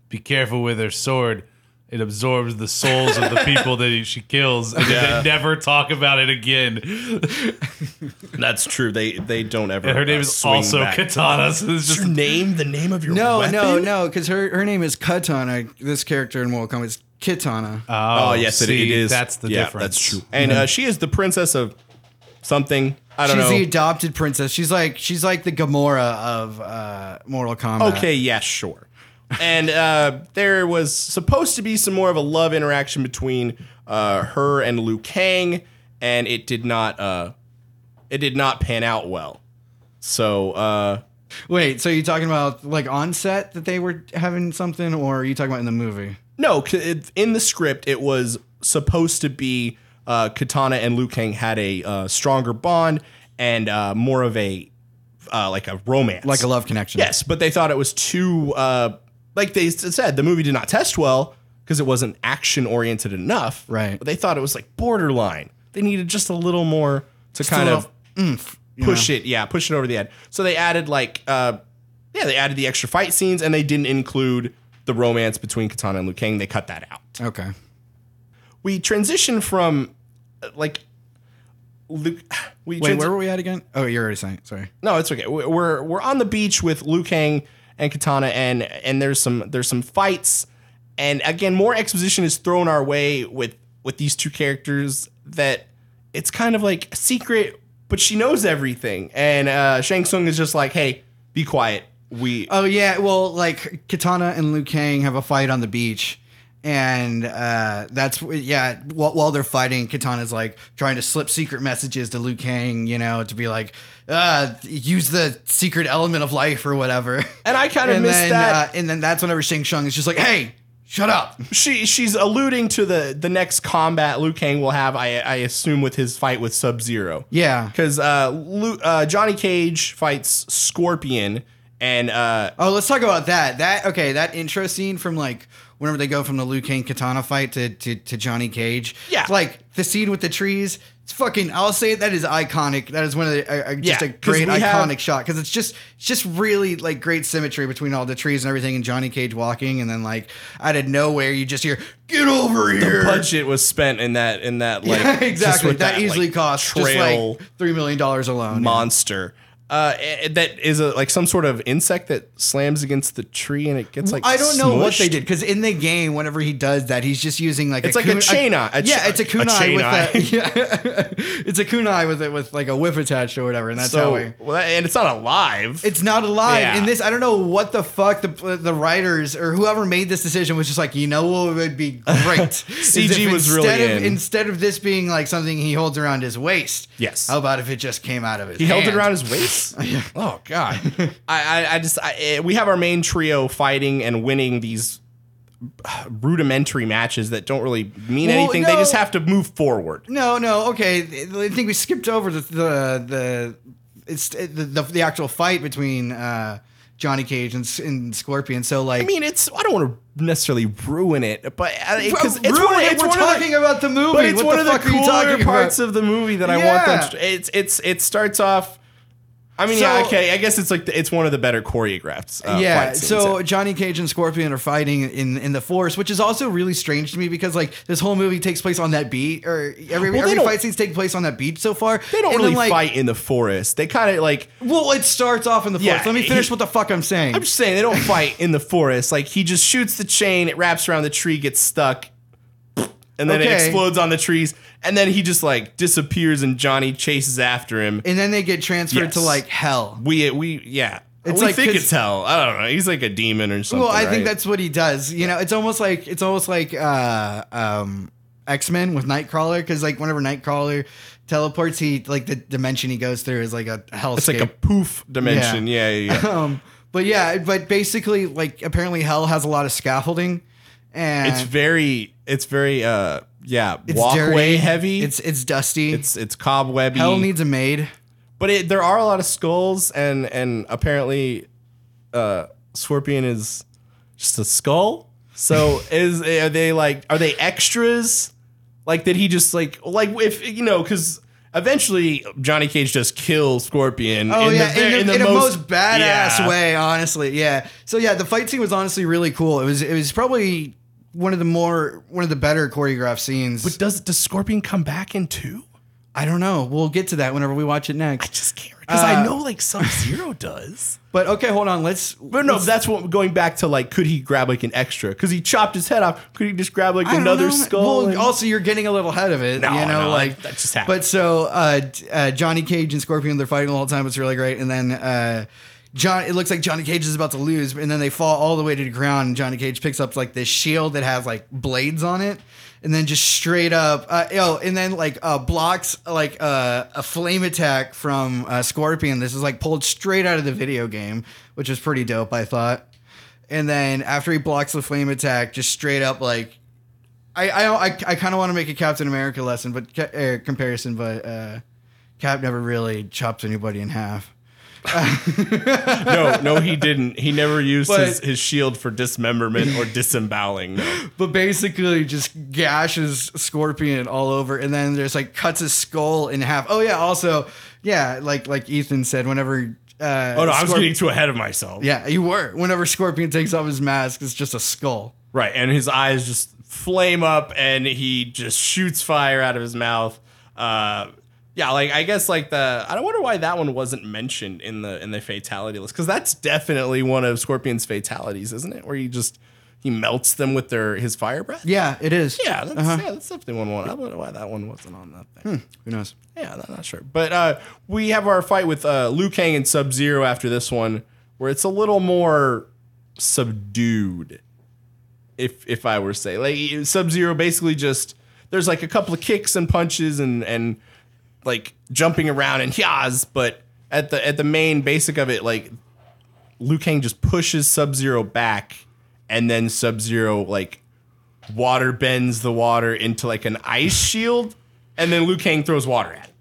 "Be careful with her sword." It absorbs the souls of the people that she kills, and then they never talk about it again. that's true. They they don't ever. And her name uh, is swing also back. Katana, so it's Is just your name the name of your No, weapon? no, no, because her, her name is Katana. This character in Mortal Kombat is Kitana. Oh, yes, it, it see, is. That's the Yeah, difference. That's true. And uh, she is the princess of something. I she's don't the know. adopted princess. She's like she's like the Gamora of uh, Mortal Kombat. Okay, yeah, sure. And uh, there was supposed to be some more of a love interaction between uh, her and Liu Kang, and it did not uh, it did not pan out well. So uh, Wait, so you talking about like on set that they were having something, or are you talking about in the movie? no, c- it, in the script it was supposed to be uh, Katana and Liu Kang had a uh, stronger bond and uh, more of a uh, like a romance, Like a love connection. Yes, but they thought it was too, uh, like they s- said, the movie did not test well because it wasn't action oriented enough. Right. But they thought it was like borderline. They needed just a little more to kind little of push it. Yeah, push it over the edge. So they added like, uh, yeah, they added the extra fight scenes and they didn't include the romance between Katana and Liu Kang. They cut that out Okay. we transition from uh, like Luke. We Wait, transi- where were we at again? Oh, you're already saying. it, Sorry. no, it's okay. We- We're we're on the beach with Liu Kang and Katana, and and there's some there's some fights, and again more exposition is thrown our way with with these two characters that it's kind of like a secret, but she knows everything, and uh, Shang Tsung is just like, hey, be quiet. We Oh yeah, well, like Katana and Liu Kang have a fight on the beach, and uh, that's yeah. While, while they're fighting, Katana's like trying to slip secret messages to Liu Kang, you know, to be like, uh, use the secret element of life or whatever. and I kind of And missed then, that. uh, and then that's whenever Shang Tsung is just like, hey, shut up. she she's alluding to the the next combat Liu Kang will have, I I assume, with his fight with Sub Zero. Yeah. because uh, Lu- uh, Johnny Cage fights Scorpion, and uh, Oh, let's talk about that. That okay, that intro scene from like whenever they go from the Liu Kang katana fight to to, to Johnny Cage. Yeah. like the scene with the trees. It's fucking. I'll say it, that is iconic. That is one of the uh, uh, just Yeah, a 'cause great we iconic have- shot because it's just it's just really like great symmetry between all the trees and everything, and Johnny Cage walking, and then like out of nowhere you just hear "Get over here." budget was spent in that in that like Yeah, just exactly. with That, easily like, costs just trail like three million dollars alone. monster. Uh, eh, that is a, like some sort of insect that slams against the tree and it gets like I don't know what they smushed. did because in the game, whenever he does that, he's just using like It's like a chaineye. A yeah, ch- it's a a kunai chaineye. with a yeah, it's a kunai with it with like a whip attached or whatever, and that's how So I. well, that- and it's not alive. It's not alive Yeah. in this. I don't know what the fuck the the writers or whoever made this decision was just like. You know what would be great? Is CG if was really instead of, in. instead of this being like something he holds around his waist. Yes. How about if it just came out of his? He held it hand? around his waist. Oh god! I, I, I just I, eh, we have our main trio fighting and winning these rudimentary matches that don't really mean Well, anything. They no. just have to move forward. No, no, okay. I think we skipped over the the the it's the the, the actual fight between uh, Johnny Cage and, S- and Scorpion. So like, I mean, it's I don't want to necessarily ruin it, but because it's Ruin one, of- it, it's we're one talking of the, about the movie. but it's what one the of the fuck are you cooler talking parts about? of the movie that I want Yeah. them. To, it's it's it starts off. I mean, yeah, So- okay. I guess it's like the, it's one of the better choreographed. Uh, yeah, fight scenes. so Johnny Cage and Scorpion are fighting in in the forest, which is also really strange to me because like this whole movie takes place on that beach, or every Well, they every don't- fight scene's taking place on that beach so far. they don't And then, really like, fight in the forest. They kind of like Well, it starts off in the Yeah, forest. Let me finish he- what the fuck I'm saying. I'm just saying they don't fight in the forest. Like he just shoots the chain, it wraps around the tree, gets stuck, and then it Okay. explodes on the trees, and then he just like disappears, and Johnny chases after him. and then they get transferred to Yes. like hell. we we yeah. It's we like- think 'cause- it's hell. I don't know. He's like a demon or something. Well, I think right? that's what he does. You know, it's almost like it's almost like uh, um, X Men with Nightcrawler, because like whenever Nightcrawler teleports, he like the dimension he goes through is like a hell. it's like a poof dimension. Yeah, yeah. yeah. um, but yeah, but basically, like apparently, hell has a lot of scaffolding, and it's very it's very uh yeah it's walkway dirty, heavy. It's It's it's dusty. it's it's cobwebby. hell needs a maid. but it, there are a lot of skulls and and apparently uh scorpion is just a skull so is are they like are they extras like did he just like like if you know because eventually johnny cage just kills scorpion Oh yeah, ver- in, the, in the most, badass yeah. way, honestly. Yeah. So yeah, the fight scene was honestly really cool. It was it was probably one of the more one of the better choreographed scenes. but does does scorpion come back in two I don't know. We'll get to that whenever we watch it next. just can't because Uh, i know like sub zero does But okay, hold on. Let's. But no, that's what going back to like, could he grab like an extra? Because he chopped his head off. Could he just grab like I don't another know. skull? Well, and- also you're getting a little ahead of it. No, you know, no, like that just happened. But so uh, d- uh, Johnny Cage and Scorpion, they're fighting the whole time. It's really great. And then uh, John, it looks like Johnny Cage is about to lose, and then they fall all the way to the ground. And Johnny Cage picks up like this shield that has like blades on it. and then just straight up, uh, oh, and then like uh, blocks like uh, a flame attack from uh, Scorpion. This is like pulled straight out of the video game, which was pretty dope, I thought. And then after he blocks the flame attack, just straight up like, I I I, I kind of want to make a Captain America lesson, but ca- uh, comparison, but uh, Cap never really chopped anybody in half. No, no, he didn't. He never used But- his, his shield for dismemberment or disemboweling. No. but basically just gashes Scorpion all over, and then there's like cuts his skull in half. Oh yeah, also yeah, like like Ethan said, whenever uh, Oh no, I was Scorp- getting too ahead of myself. yeah, you were. Whenever Scorpion takes off his mask, it's just a skull. Right, and his eyes just flame up, and he just shoots fire out of his mouth. Uh, yeah, like I guess like the I don't wonder why that one wasn't mentioned in the in the fatality list because that's definitely one of Scorpion's fatalities, isn't it? Where he just he melts them with their his fire breath. Yeah, Uh-huh. it is. Yeah, that's, yeah, that's definitely one. One. I don't know why that one wasn't on that thing. Who knows? Yeah, I'm not sure. But uh, we have our fight with uh, Liu Kang and Sub Zero after this one, where it's a little more subdued. If if I were to say, like Sub Zero, basically just there's like a couple of kicks and punches and and like jumping around and yas, but at the at the main basic of it, like Liu Kang just pushes Sub Zero back, and then Sub Zero like water bends the water into like an ice shield, and then Liu Kang throws water at it.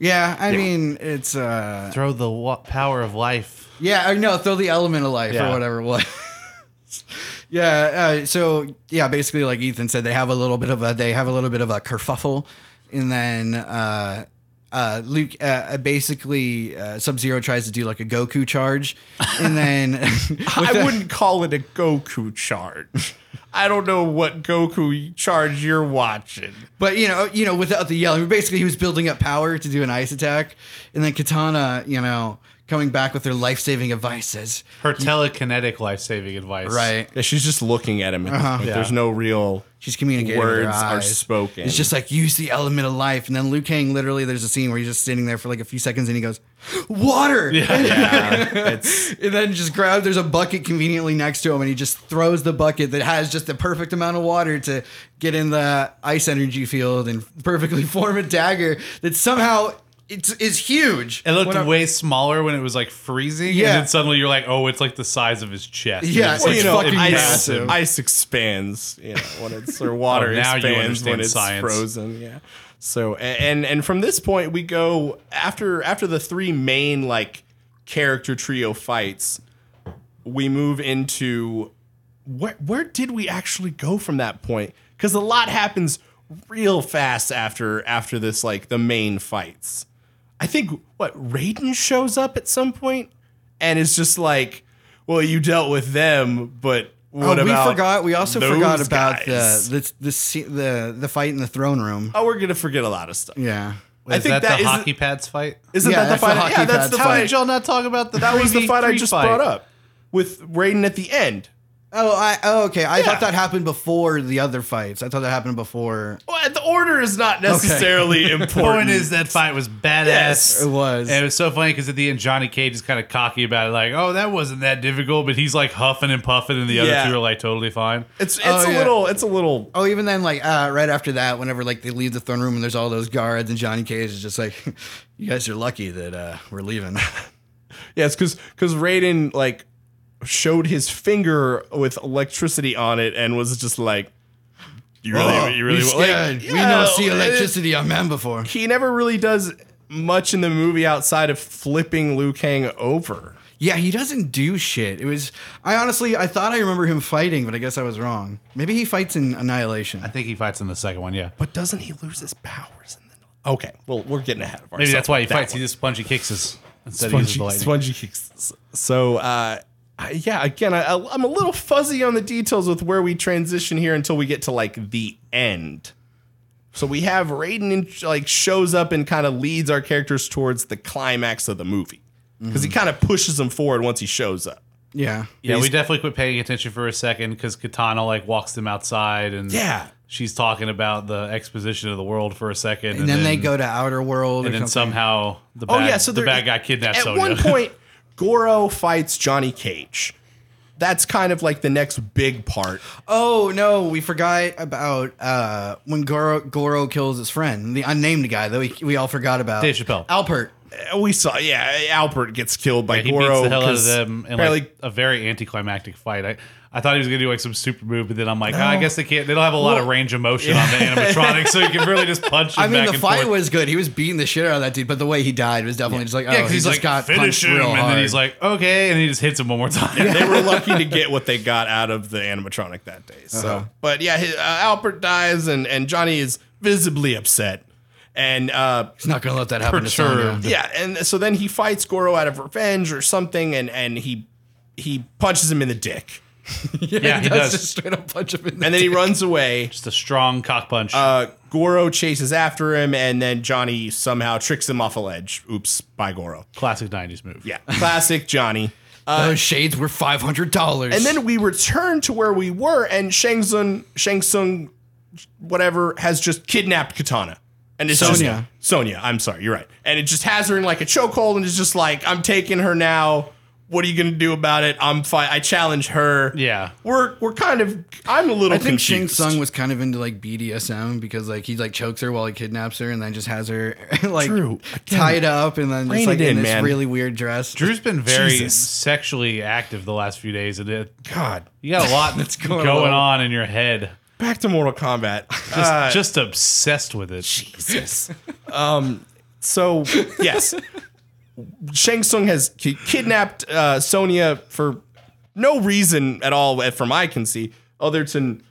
Yeah, I mean it's uh Throw the wa- power of life. yeah, I know, throw the element of life Yeah. or whatever it was. yeah, uh, so yeah, basically like Ethan said, they have a little bit of a they have a little bit of a kerfuffle, and then uh, uh, Luke uh, basically uh, Sub Zero tries to do like a Goku charge, and then I wouldn't call it a Goku charge. I don't know what Goku charge you're watching. But you know, you know, without the yelling, basically he was building up power to do an ice attack, and then Katana, you know, coming back with her life saving advice says, Her telekinetic life saving advice. right, Yeah, she's just looking at him. At this point. There's no real. Uh-huh. she's communicating. with her Words are eyes. spoken. It's just like use the element of life, and then Liu Kang literally, there's a scene where he's just sitting there for like a few seconds, and he goes, water, Yeah, it's and then just grabs. There's a bucket conveniently next to him, and he just throws the bucket that has just the perfect amount of water to get in the ice energy field and perfectly form a dagger that somehow. It's, is huge. It looked When I- way smaller when it was like freezing. Yeah. And then suddenly you're like, oh, it's like the size of his chest. Yeah, It's well, like, you know, fucking ice, massive. ice expands, you know, when it's or water Oh, now you expands understand when it's science. frozen. Yeah. So a- and and from this point we go after after the three main like character trio fights, we move into where where did we actually go from that point? Because a lot happens real fast after after this like the main fights. I think what Raiden shows up at some point and is just like, well, you dealt with them, but what oh, about we forgot. We also forgot those about guys? the, the the se- the the fight in the throne room. Oh, we're gonna forget a lot of stuff. Yeah, I is think that, that the is- hockey pads fight? Isn't that Yeah, the that's the fight? hockey yeah, that's pads the fight. fight. Did y'all not talk about the That That was the fight I just brought up with Raiden at the end. Oh, I oh, okay. I Yeah. thought that happened before the other fights. I thought that happened before. Well, the order is not necessarily important. Point is that fight was badass. Yes, It was. And it was so funny because at the end, Johnny Cage is kind of cocky about it, like, "Oh, that wasn't that difficult," but he's like huffing and puffing, and the Yeah. other two are like totally fine. it's it's Oh, a yeah. little it's a little Oh, even then, like uh, right after that, whenever like they leave the throne room and there's all those guards and Johnny Cage is just like, "You guys are lucky that uh, we're leaving." Yes, because because Raiden like showed his finger with electricity on it and was just like, "You really, Oh, you really." you want-" like, scared. we yeah, don't see it- electricity on man before. He never really does much in the movie outside of flipping Liu Kang over. Yeah, he doesn't do shit. It was. I honestly, I thought I remember him fighting, but I guess I was wrong. Maybe he fights in Annihilation. I think he fights in the second one, yeah. But doesn't he lose his powers? In the- okay, well, we're getting ahead of ourselves. Maybe that's why he with that fights. one. He just spongy kicks us instead of uses the spongy, lightning. spongy kicks. So, uh, I- yeah, again, I, I- I'm a little fuzzy on the details with where we transition here until we get to like the end. So we have Raiden in, like shows up and kind of leads our characters towards the climax of the movie because he kind of pushes them forward once he shows up. yeah. yeah, we definitely quit paying attention for a second because Katana like walks them outside, and Yeah. she's talking about the exposition of the world for a second, and then, they go to outer world and or then something. somehow the Oh bad, yeah, so the there- bad guy kidnaps At Sonya. one point, Goro fights Johnny Cage, that's kind of like the next big part. Oh no, we forgot about uh, when Goro, Goro kills his friend, the unnamed guy that we we all forgot about. Dave Chappelle. Alpert. Uh, We saw, yeah, Albert gets killed by He Goro. beats the hell out of 'cause them in apparently- like a very anticlimactic fight. I, I thought he was gonna do like some super move, but then I'm like, "Ah, I guess they can't. They don't have a lot of range of motion on the animatronic, so you can really just punch. Him I mean, back the and fight forth. was good. He was beating the shit out of that dude, but the way he died was definitely just like, oh, yeah, because he he's just like, got finish punched him, real and hard. then he's like, okay, and he just hits him one more time. they were lucky to get what they got out of the animatronic that day. So, but yeah, his, uh, Albert dies, and and Johnny is visibly upset, and uh, he's not gonna let that happen to Sonya. Perturbed. yeah, and so then he fights Goro out of revenge or something, and and he he punches him in the dick, Yeah, he does. just straight up punch him in the and then he runs away. Just a strong cock punch. Uh, Goro chases after him, and then Johnny somehow tricks him off a ledge. Oops, by Goro. Classic '90s move. Yeah, classic Johnny. uh, Those Uh, shades were five hundred dollars. And then we return to where we were, and Shang Tsung, Shang Tsung, whatever, has just kidnapped Katana. And it's Sonya. Just, Sonya, I'm sorry, you're right. And it just has her in like a chokehold, and it's just like, I'm taking her now. What are you gonna do about it? I'm fine. I challenge her. Yeah. we're we're kind of. I'm a little. I think Shang confused. Tsung was kind of into like BDSM because like he like chokes her while he kidnaps her and then just has her like Drew, again, tied up and then rein just like it in, in, this man. really weird dress. Drew's been very Jesus. sexually active the last few days, and it, God, you got a lot that's going going, on. on in your head. back to Mortal Kombat. Just, Uh, just obsessed with it. Jesus. um, so yes, Shang Tsung has ki- kidnapped uh, Sonia for no reason at all, eh, from I can see, other than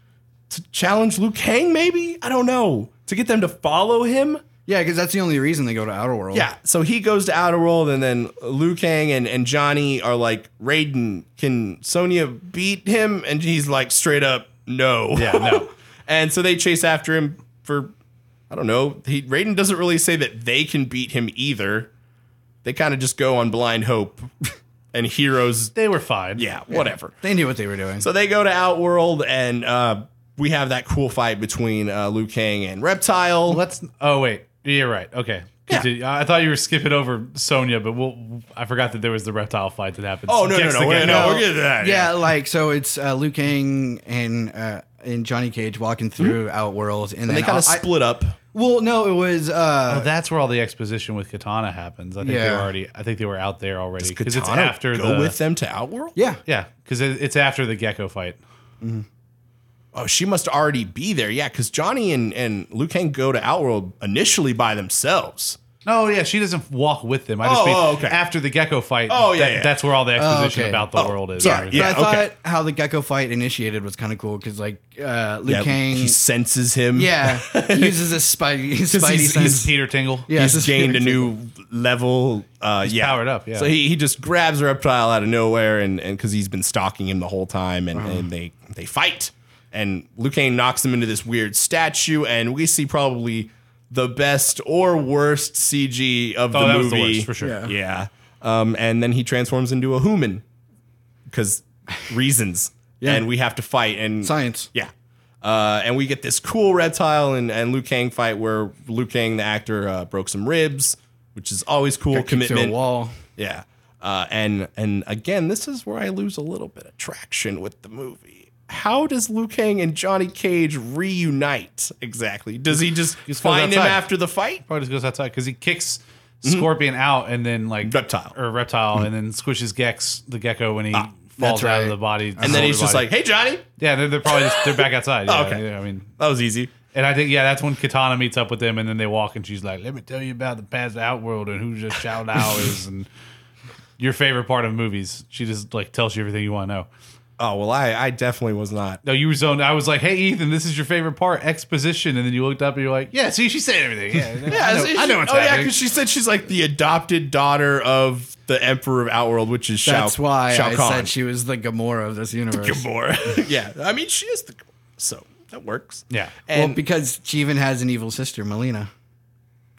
to challenge Liu Kang. Maybe I don't know to get them to follow him. Yeah, because that's the only reason they go to Outer World. Yeah, so he goes to Outer World, and then Liu Kang and, and Johnny are like, Raiden, can Sonya beat him? And he's like, straight up, no. Yeah, no. and so they chase after him for, I don't know. He, Raiden doesn't really say that they can beat him either. They kind of just go on blind hope and heroes. They were fine. Yeah, whatever. they knew what they were doing. So they go to Outworld, and uh, we have that cool fight between uh, Liu Kang and Reptile. Let's. Oh wait, you're right. Okay. Yeah. Continue. I I thought you were skipping over Sonya, but we'll, I forgot that there was the reptile fight that happened. Oh, no, no, Gex no. the We're, Gecko. no, we're getting to that. yeah, like so it's uh, Liu Kang and uh, and Johnny Cage walking through Outworld and, then Hmm? They kind I- of split up. well, no, it was uh, Oh, that's where all the exposition with Katana happens. I think they Yeah. were already. I think they were out there already because it's Katana after go the. with them to Outworld. yeah. yeah, because it, it's after the gecko fight. Oh, she must already be there. Yeah, because Johnny and and Liu Kang go to Outworld initially by themselves. No, yeah, she doesn't walk with them. I just Oh, mean oh, okay. after the gecko fight. Oh, yeah, that- yeah. that's where all the exposition okay. about the world is. sorry, Yeah. yeah. but I thought okay. how the Gecko fight initiated was kind of cool because like uh, Liu Yeah, Kang, he senses him. yeah, he uses his spidey, his spidey he's- sense. It's Peter Tingle. Yeah, he's this is gained a Peter new level. Uh, yeah, powered up, yeah. So he, he just grabs reptile out of nowhere, and and because he's been stalking him the whole time, and, and they they fight, and Liu Kang knocks him into this weird statue, and we see probably the best or worst CG of Oh, the that was movie the worst for sure. Yeah. Yeah. Um, and then he transforms into a human because reasons. Yeah. And we have to fight and Science. Yeah. Uh, and we get this cool reptile and, and Liu Kang fight where Liu Kang, the actor, uh, broke some ribs, which is always cool Kicked through a commitment. wall. Yeah. Uh, and and again, this is where I lose a little bit of traction with the movie. How does Liu Kang and Johnny Cage reunite exactly? Does he just He just goes find him outside. after the fight? Probably just goes outside because he kicks Scorpion out and then like Mm-hmm. Reptile. Mm-hmm. Ah, or reptile and then squishes Gex the gecko when he falls that's out right. of the body. And then he's just like, "Hey, Johnny." yeah, they're, they're probably just they're back outside. Yeah, okay. yeah, I mean, That was easy. and I think yeah, that's when Katana meets up with them and then they walk and she's like, "Let me tell you about the past outworld and who just Shao Lao is and your favorite part of movies." She just like tells you everything you want to know. Oh well, I I definitely was not. No, you were zoned. I was like, "Hey, Ethan, this is your favorite part, exposition," and then you looked up and you're like, "Yeah, see, she said everything." Yeah, Yeah, I know, she- I know what's oh yeah, happening. because she said she's like the adopted daughter of the Emperor of Outworld, which is Shao. That's why Shao I Kahn. said she was the Gamora of this universe. Gamora. yeah, I mean she is the so that works. Yeah. and well, because she even has an evil sister, Melina.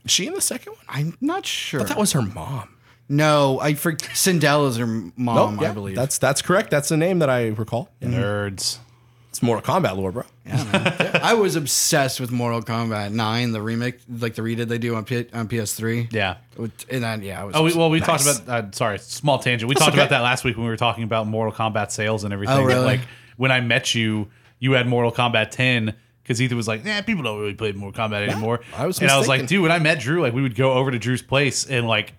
is she in the second one. I'm not sure. That was her mom. no, I for Sindel is her mom, Oh, yeah, I believe. that's that's correct. That's the name that I recall. Yeah. Nerds. It's Mortal Kombat lore, bro. Yeah, man. I was obsessed with Mortal Kombat 9, the remake, like the redid they do on P- on PS3. Yeah. With- And I, yeah, I was Oh, we, well, we obsessed. talked about. Uh, sorry, small tangent. We talked about that last week when we were talking about Mortal Kombat sales and everything. Oh, really? Like when I met you, you had Mortal Kombat 10 because Ethan was like, "Nah, people don't really play Mortal Kombat anymore." I was and I was like, mistaken. dude, when I met Drew, like we would go over to Drew's place and like.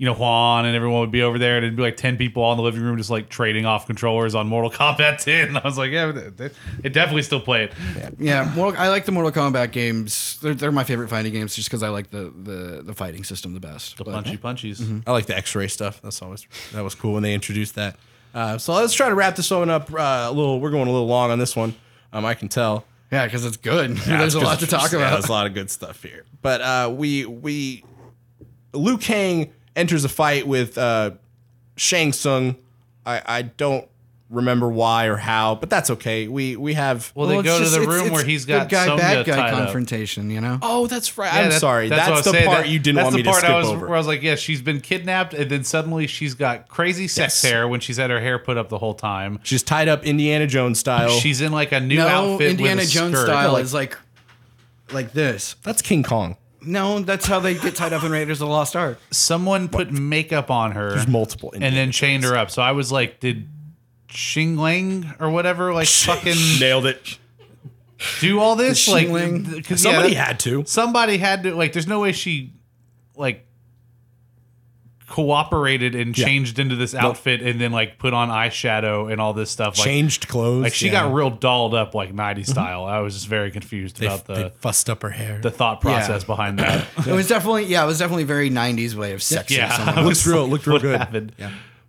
You know, Juan and everyone would be over there, and it'd be like 10 people all in the living room just like trading off controllers on Mortal Kombat 10. I was like, yeah, they, they- they definitely still play it. Yeah, Mortal, I like the Mortal Kombat games. They're, they're my favorite fighting games just because I like the, the the fighting system the best. The But- punchy punchies. I like the X-ray stuff. That's always that was cool when they introduced that. Uh, so let's try to wrap this one up. Uh, a little, we're going a little long on this one. Um, I can tell. yeah, because it's good. There's a That's lot to good. talk Yeah, about. there's a lot of good stuff here. But uh, we we Liu Kang enters a fight with uh, Shang Tsung. I, I don't remember why or how, but that's okay. We we have. Well, they Well, it's go just- to the it's- room it's where he's good got guy, Sonya bad guy tied up. confrontation. You know, oh, that's right. Yeah, I'm that- sorry. That's, what I was the saying. part That- you didn't that's want me the to part skip I was, over. Where I was like, yeah, she's been kidnapped, and then suddenly she's got crazy sex Yes. hair when she's had her hair put up the whole time. She's tied up Indiana Jones style. She's in like a new no outfit, Indiana with a Jones skirt. style Like- is like like this. that's King Kong. No, that's how they get tied up in Raiders of the Lost Ark. Someone put makeup on her, There's multiple. and then chained her up. So I was like, did Xing Ling or whatever like fucking nailed it. do all this? Did Like, Xing Ling- th- 'cause, yeah, Somebody that- had to. somebody had to like. There's no way she like cooperated and changed into this outfit and then like put on eyeshadow and all this stuff. Like, Changed clothes. Like she yeah. Mm-hmm. got real dolled up like 90 style. I was just very confused They, about they the fussed up her hair. the thought process behind that. It was definitely yeah, it was definitely very '90s way of sexing yeah. someone. I Looks was real- like, looked real what good. Happened?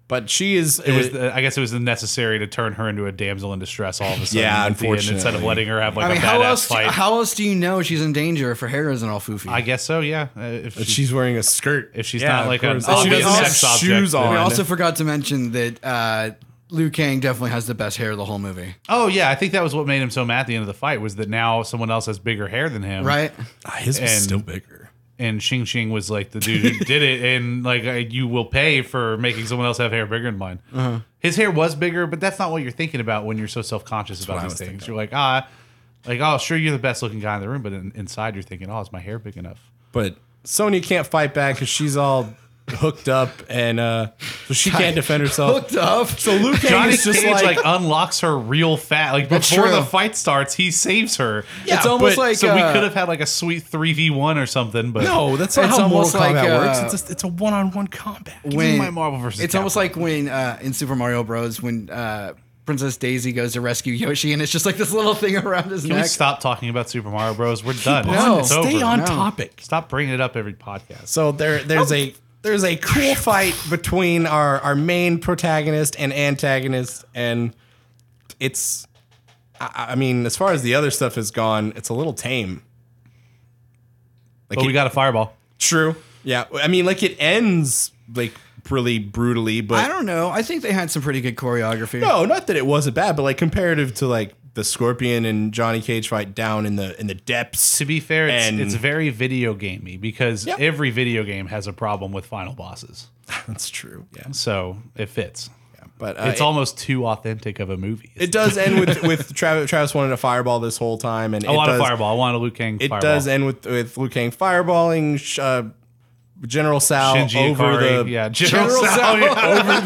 but she is. It was the, I guess it was necessary to turn her into a damsel in distress all of a sudden. Yeah, at the end, instead of unfortunately. letting her have like I mean, a how badass else? Do, fight. how else do you know she's in danger if her hair isn't all foofy? I guess so. Yeah. Uh, if But she- she's wearing a skirt. if she's Yeah, not of like a course. And she obvious doesn't have sex object, shoes then- on. we also forgot to mention that uh, Liu Kang definitely has the best hair of the whole movie, oh yeah, I think that was what made him so mad at the end of the fight was that now someone else has bigger hair than him. right? Ah, his was and- still bigger. And Xing Xing was like the dude who did it, and like uh, you will pay for making someone else have hair bigger than mine. Uh-huh. His hair was bigger, but that's not what you're thinking about when you're so self conscious about what I these was things. thinking. You're like ah, like oh, sure you're the best looking guy in the room, but in, inside you're thinking oh, is my hair big enough? But Sonya can't fight back because she's all hooked up, and uh, so she can't defend Oh. herself. Hooked up. So Luke Cage Johnny is just Cage like, like, unlocks her real fat. Like That's before the true. fight starts, he saves her. Yeah, It's almost but- like, so we uh, could have had like a sweet three v one or something. But no, that's not It's how Mortal almost like, Kombat uh, works. It's a, it's a one-on-one combat. Give me my Marvel versus It's almost like when uh, in Super Mario Bros. when uh, Princess Daisy goes to rescue Yoshi, and it's just like this little thing around his Can we neck. stop talking about Super Mario Bros? We're done. on. It's Stay over. on No. topic. Stop bringing it up every podcast. So there, there's a there's a cool fight between our our main protagonist and antagonist, and it's. I, I mean, as far as the other stuff has gone, it's a little tame. Like But it- we got a fireball. True. Yeah. I mean, like it ends like really brutally, I but don't know. I think they had some pretty good choreography. no, not that it wasn't bad, but like comparative to like the Scorpion and Johnny Cage fight down in the in the depths. To be fair, it's, And- it's very video gamey because Yep. every video game has a problem with final bosses. That's true. Yeah. So it fits. But uh, It's it, almost too authentic of a movie. it does end with with Travis Travis wanted a fireball this whole time, and I it want does, a fireball. I want a Liu Kang It fireball. does end with with Liu Kang fireballing sh- uh, General Sal Shinji over Ikari. the yeah, General, General Sal. Sal. yeah. over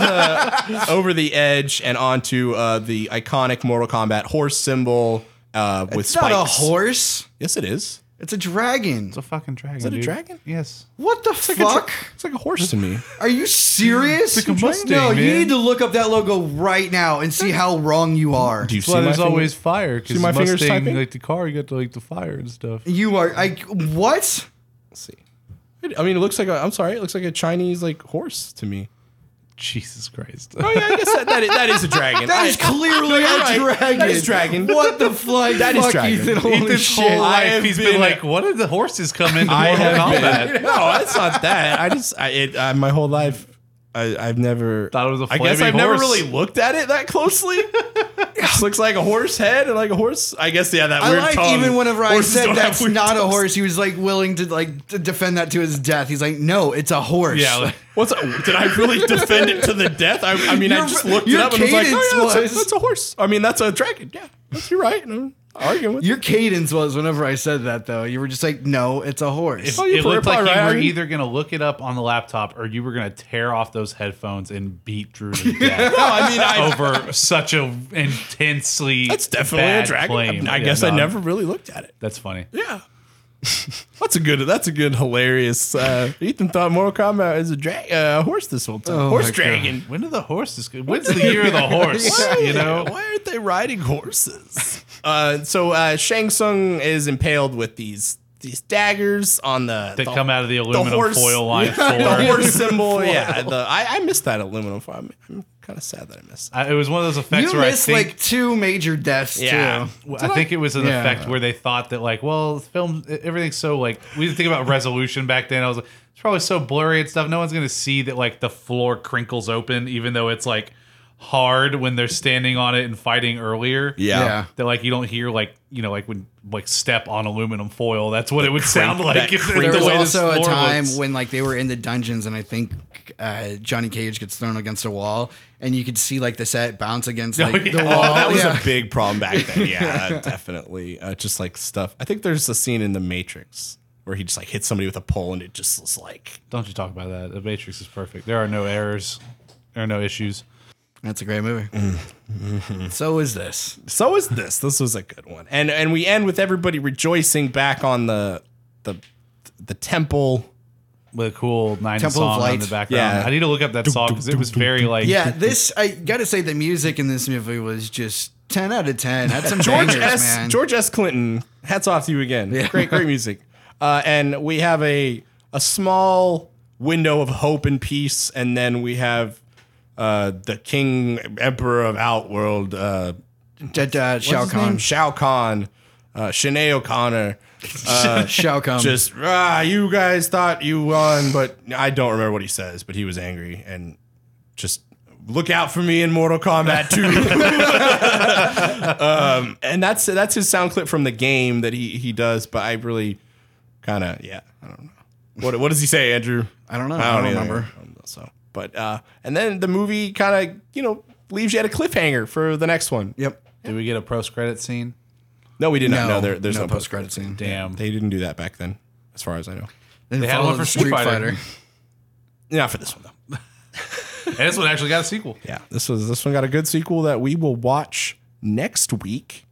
the over the edge and onto uh, the iconic Mortal Kombat horse symbol uh, with it's spikes. not a horse. Yes, it is. It's a dragon. It's a fucking dragon. Is it a dragon? Yes. What the fuck? It's like a horse to me. Are you serious? It's like a Mustang, no, you man. need to look up that logo right now and see how wrong you are. Do you That's why see there's my always finger? fire. Because See my fingers Mustang, typing? like the car, you got to like the fire and stuff. You are. I what? Let's see. It- I mean, it looks like a. I'm sorry, it looks like a Chinese like horse to me. Jesus Christ. Oh yeah, I guess that that is, that is a dragon. That is you're clearly a right. dragon. That is dragon. What the fuck? That is fuck, dragon. Ethan, holy Ethan's shit. whole I life, have he's been, been- like, "What did the horses come into I Mortal have Kombat?" been, no, that's not that. I just I, it, I my whole life. I, I've never Thought it was a I guess flaming I've never horse. really looked at it that closely. It looks like a horse head and like a horse. I guess yeah, that I weird like tongue. even whenever I Horses said don't have that's weird not a tongues. horse, he was like willing to like to defend that to his death. He's like, no, it's a horse. Yeah, like, What's did I really defend it to the death? I, I mean, I Your- just looked it your up and was like, cadence oh, yeah, that's, a, was- that's a horse. I mean, that's a dragon. Yeah, that's, you're right. No, arguing with Your cadence was whenever I said that, though. You were just like, no, it's a horse. If, Oh, you it put looked reply like you right were on. either going to look it up on the laptop or you were going to tear off those headphones and beat Drew to death. No, I mean, I, over such a intensely that's definitely bad a dragon. claim. I Yeah, guess I no, never really looked at it. That's funny. Yeah. that's a good. That's a good hilarious. Uh, Ethan thought Mortal Kombat is a dra- uh, horse this whole time. Oh my horse God. dragon. When are the horses? go- When's the year of the horse? You know, why aren't they riding horses? uh, so uh, Shang Tsung is impaled with these these daggers on the the- that come out of the aluminum foil line Yeah, four. the horse symbol. Yeah, the, I, I missed that aluminum foil. I'm, I'm kind of sad that I missed. That. I, it was one of those effects you where I missed think like two major deaths, Yeah. too. Well, I think it was an Yeah. effect where they thought that like, well, film e, everything's so like we didn't think about resolution back then. I was like, it's probably so blurry and stuff. No one's gonna see that like the floor crinkles open, even though it's like hard when they're standing on it and fighting earlier. Yeah. That like you don't hear like you know like when like step on aluminum foil. That's what it would sound like. If, crink. the There was way this also a floor time looks. when like they were in the dungeons, and I think uh, Johnny Cage gets thrown against a wall, and you could see like the set bounce against like yeah. the Oh, wall. Oh, that was yeah. a big problem back then. Yeah, definitely. Uh, just like stuff. I think there's a scene in The Matrix where he just like hits somebody with a pole and it just was like don't you talk about that. The Matrix is perfect. There are no errors. There are no issues. That's a great movie. Mm-hmm. so is this. so is this. This was a good one. And and we end with everybody rejoicing back on the the the temple. With a cool nine Temple of song Light. in the background. Yeah. I need to look up that song because it was very like Yeah, this I gotta say the music in this movie was just ten out of ten. Had some George bangers, S. man. George S. Clinton. Hats off to you again. Great, great music. Uh, and we have a a small window of hope and peace, and then we have uh, the King Emperor of Outworld, uh, Da- da- Shao what's his name? Kahn. Shao Kahn, uh, Shanae O'Connor. Uh, Shao Kahn. Just ah, you guys thought you won, but I don't remember what he says. But he was angry and just look out for me in Mortal Kombat 2. um, and that's that's his sound clip from the game that he he does. But I really kind of yeah, I don't know. What what does he say, Andrew? I don't know. I don't either. remember. So, but uh, and then the movie kind of you know leaves you at a cliffhanger for the next one. Yep. Did we get a post credit scene? No, we did not. No, there, there's no, post post. credit scene. Damn. They didn't do that back then, as far as I know. They had one for Street Fighter. Not for this one though. and this one actually got a sequel. yeah this was this one got a good sequel that we will watch next week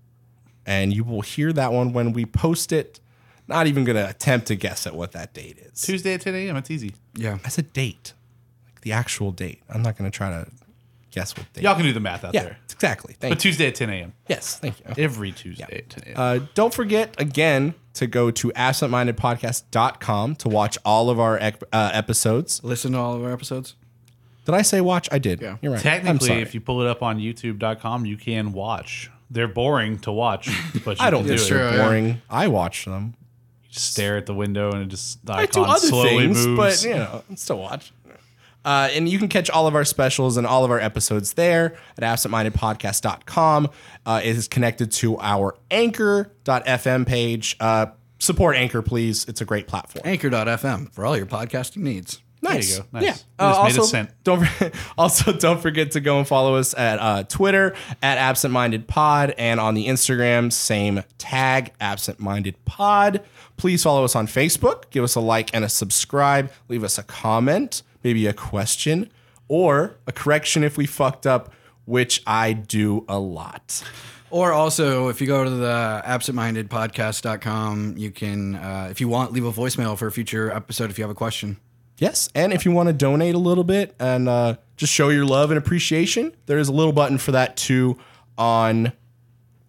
and you will hear that one when we post it not even gonna attempt to guess at what that date is Tuesday at 10 a.m. It's easy. Yeah. that's a date like the actual date i'm not gonna try to guess what date Y'all can do the math out yeah there. exactly thank But Tuesday at 10 a.m. you yes thank you Every Tuesday at 10 a.m. Uh, don't forget again to go to absentmindedpodcast.com to watch all of our ec- uh, episodes. Listen to all of our episodes. Did I say watch? I did. Yeah. You're right. I'm Technically, sorry. if you pull it up on YouTube.com, you can watch. They're boring to watch, but you I don't can do think it. true. they're boring. I watch them. Just stare at the window and it just the I do icon other slowly things, moves. but you know, I'm still watch. Uh, and you can catch all of our specials and all of our episodes there at absentmindedpodcast.com. Uh, it is connected to our anchor.fm page. Uh, support Anchor, please. It's a great platform. Anchor.fm for all your podcasting needs. Nice. go. Nice. Yeah. Uh, It just made a also, cent. don't also don't forget to go and follow us at uh, Twitter at absentmindedpod and on the Instagram same tag absentmindedpod. Please follow us on Facebook. Give us a like and a subscribe. Leave us a comment, maybe a question or a correction if we fucked up, which I do a lot. Or also, if you go to the absentmindedpodcast.com, you can, uh, if you want, leave a voicemail for a future episode if you have a question. Yes, and if you want to donate a little bit and uh, just show your love and appreciation, there is a little button for that too. On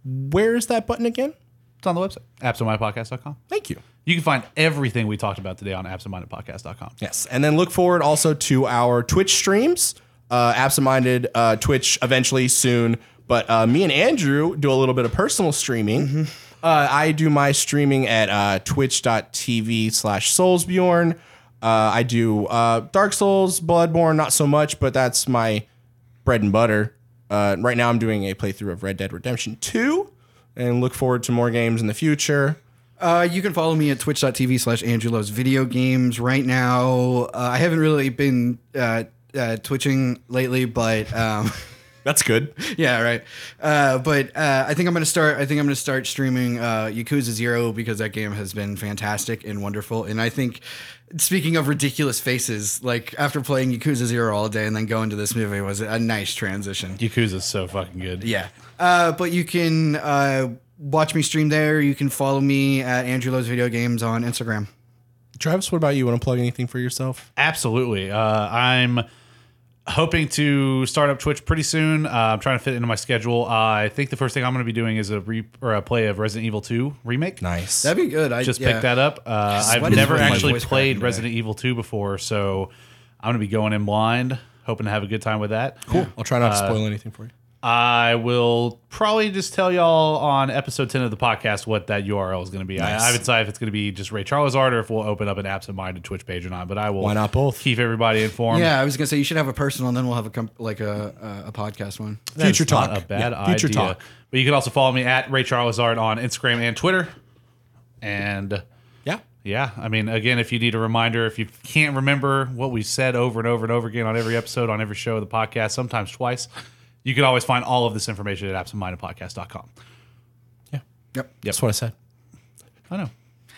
where is that button again? It's on the website, absentmindpodcast.com. Thank you. You can find everything we talked about today on absentmindedpodcast.com. Yes, and then look forward also to our Twitch streams. Uh, absent-minded uh, Twitch eventually soon, but uh, me and Andrew do a little bit of personal streaming. Uh, I do my streaming at uh, twitch.tv slash soulsbjorn. Uh, I do uh, Dark Souls, Bloodborne, not so much, but that's my bread and butter. Uh, right now, I'm doing a playthrough of Red Dead Redemption 2 and look forward to more games in the future. Uh, you can follow me at twitch.tv slash Andrew Loves Video Games. Right now, uh, I haven't really been uh, uh, twitching lately, but um, That's good. yeah, right. Uh, but uh, I think I'm gonna start. I think I'm gonna start streaming uh, Yakuza Zero because that game has been fantastic and wonderful. And I think, speaking of ridiculous faces, like after playing Yakuza Zero all day and then going to this movie was a nice transition. Yakuza's so fucking good. Yeah. Uh, but you can uh, watch me stream there. You can follow me at Andrew Lowe's Video Games on Instagram. Travis, what about you? Want to plug anything for yourself? Absolutely. Uh, I'm hoping to start up Twitch pretty soon. Uh, I'm trying to fit it into my schedule. Uh, I think the first thing I'm going to be doing is a re- or a play of Resident Evil 2 remake. Nice. That'd be good. I Just yeah. picked that up. Uh, Why I've does never my actually voice crack played into that? Resident Evil 2 before, so I'm going to be going in blind, hoping to have a good time with that. Cool. I'll try not to spoil anything for you. I will probably just tell y'all on episode 10 of the podcast what that URL is going to be. I, I haven't decided if it's going to be just Ray Charles art or if we'll open up an absent minded Twitch page or not, but I will Why not both? keep everybody informed. Yeah, I was gonna say you should have a personal, and then we'll have a comp- like a, a a podcast one. That's Future not talk. a bad Yeah, future idea. talk. But you can also follow me at Ray Charles Art on Instagram and Twitter. And Yeah. yeah, I mean, again, if you need a reminder, if you can't remember what we've said over and over and over again on every episode, on every show of the podcast, sometimes twice, you can always find all of this information at absentmindedpodcast.com. Yep. That's what I said. I know.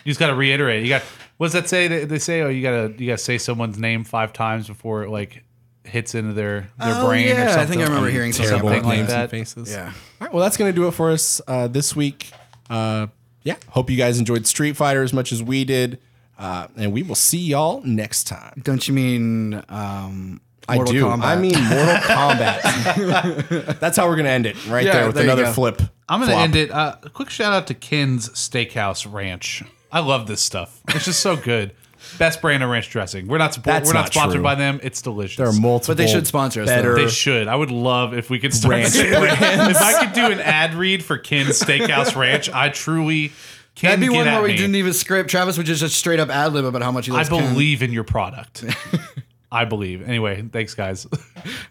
You just got to reiterate. You got what's that say? They, they say, oh, you gotta you gotta say someone's name five times before it like hits into their their Oh, brain. yeah, or I something. think I remember hearing something something about like names and that. faces. Yeah. All right. Well, that's going to do it for us uh, this week. Uh, yeah. Hope you guys enjoyed Street Fighter as much as we did. Uh, and we will see y'all next time. Don't you mean? Um, I Mortal do. Kombat? I mean, Mortal Kombat. that's how we're going to end it right Yeah, there with there you another go. flip. I'm gonna flop. end it. Uh, a quick shout out to Ken's Steakhouse Ranch. I love this stuff. It's just so good. Best brand of ranch dressing. We're not support, That's we're not, not sponsored true. by them. It's delicious. There are multiple. But they should sponsor us, though. Better. they should. I would love if we could start. Ranch if I could do an ad read for Ken's Steakhouse Ranch, I truly can That'd be get one at where we me. didn't even script. Travis would just, just straight up ad lib about how much he I loves. Ken. believe in your product. I believe. Anyway, thanks guys. All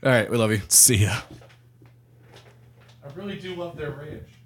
right, we love you. see ya. I really do love their ranch.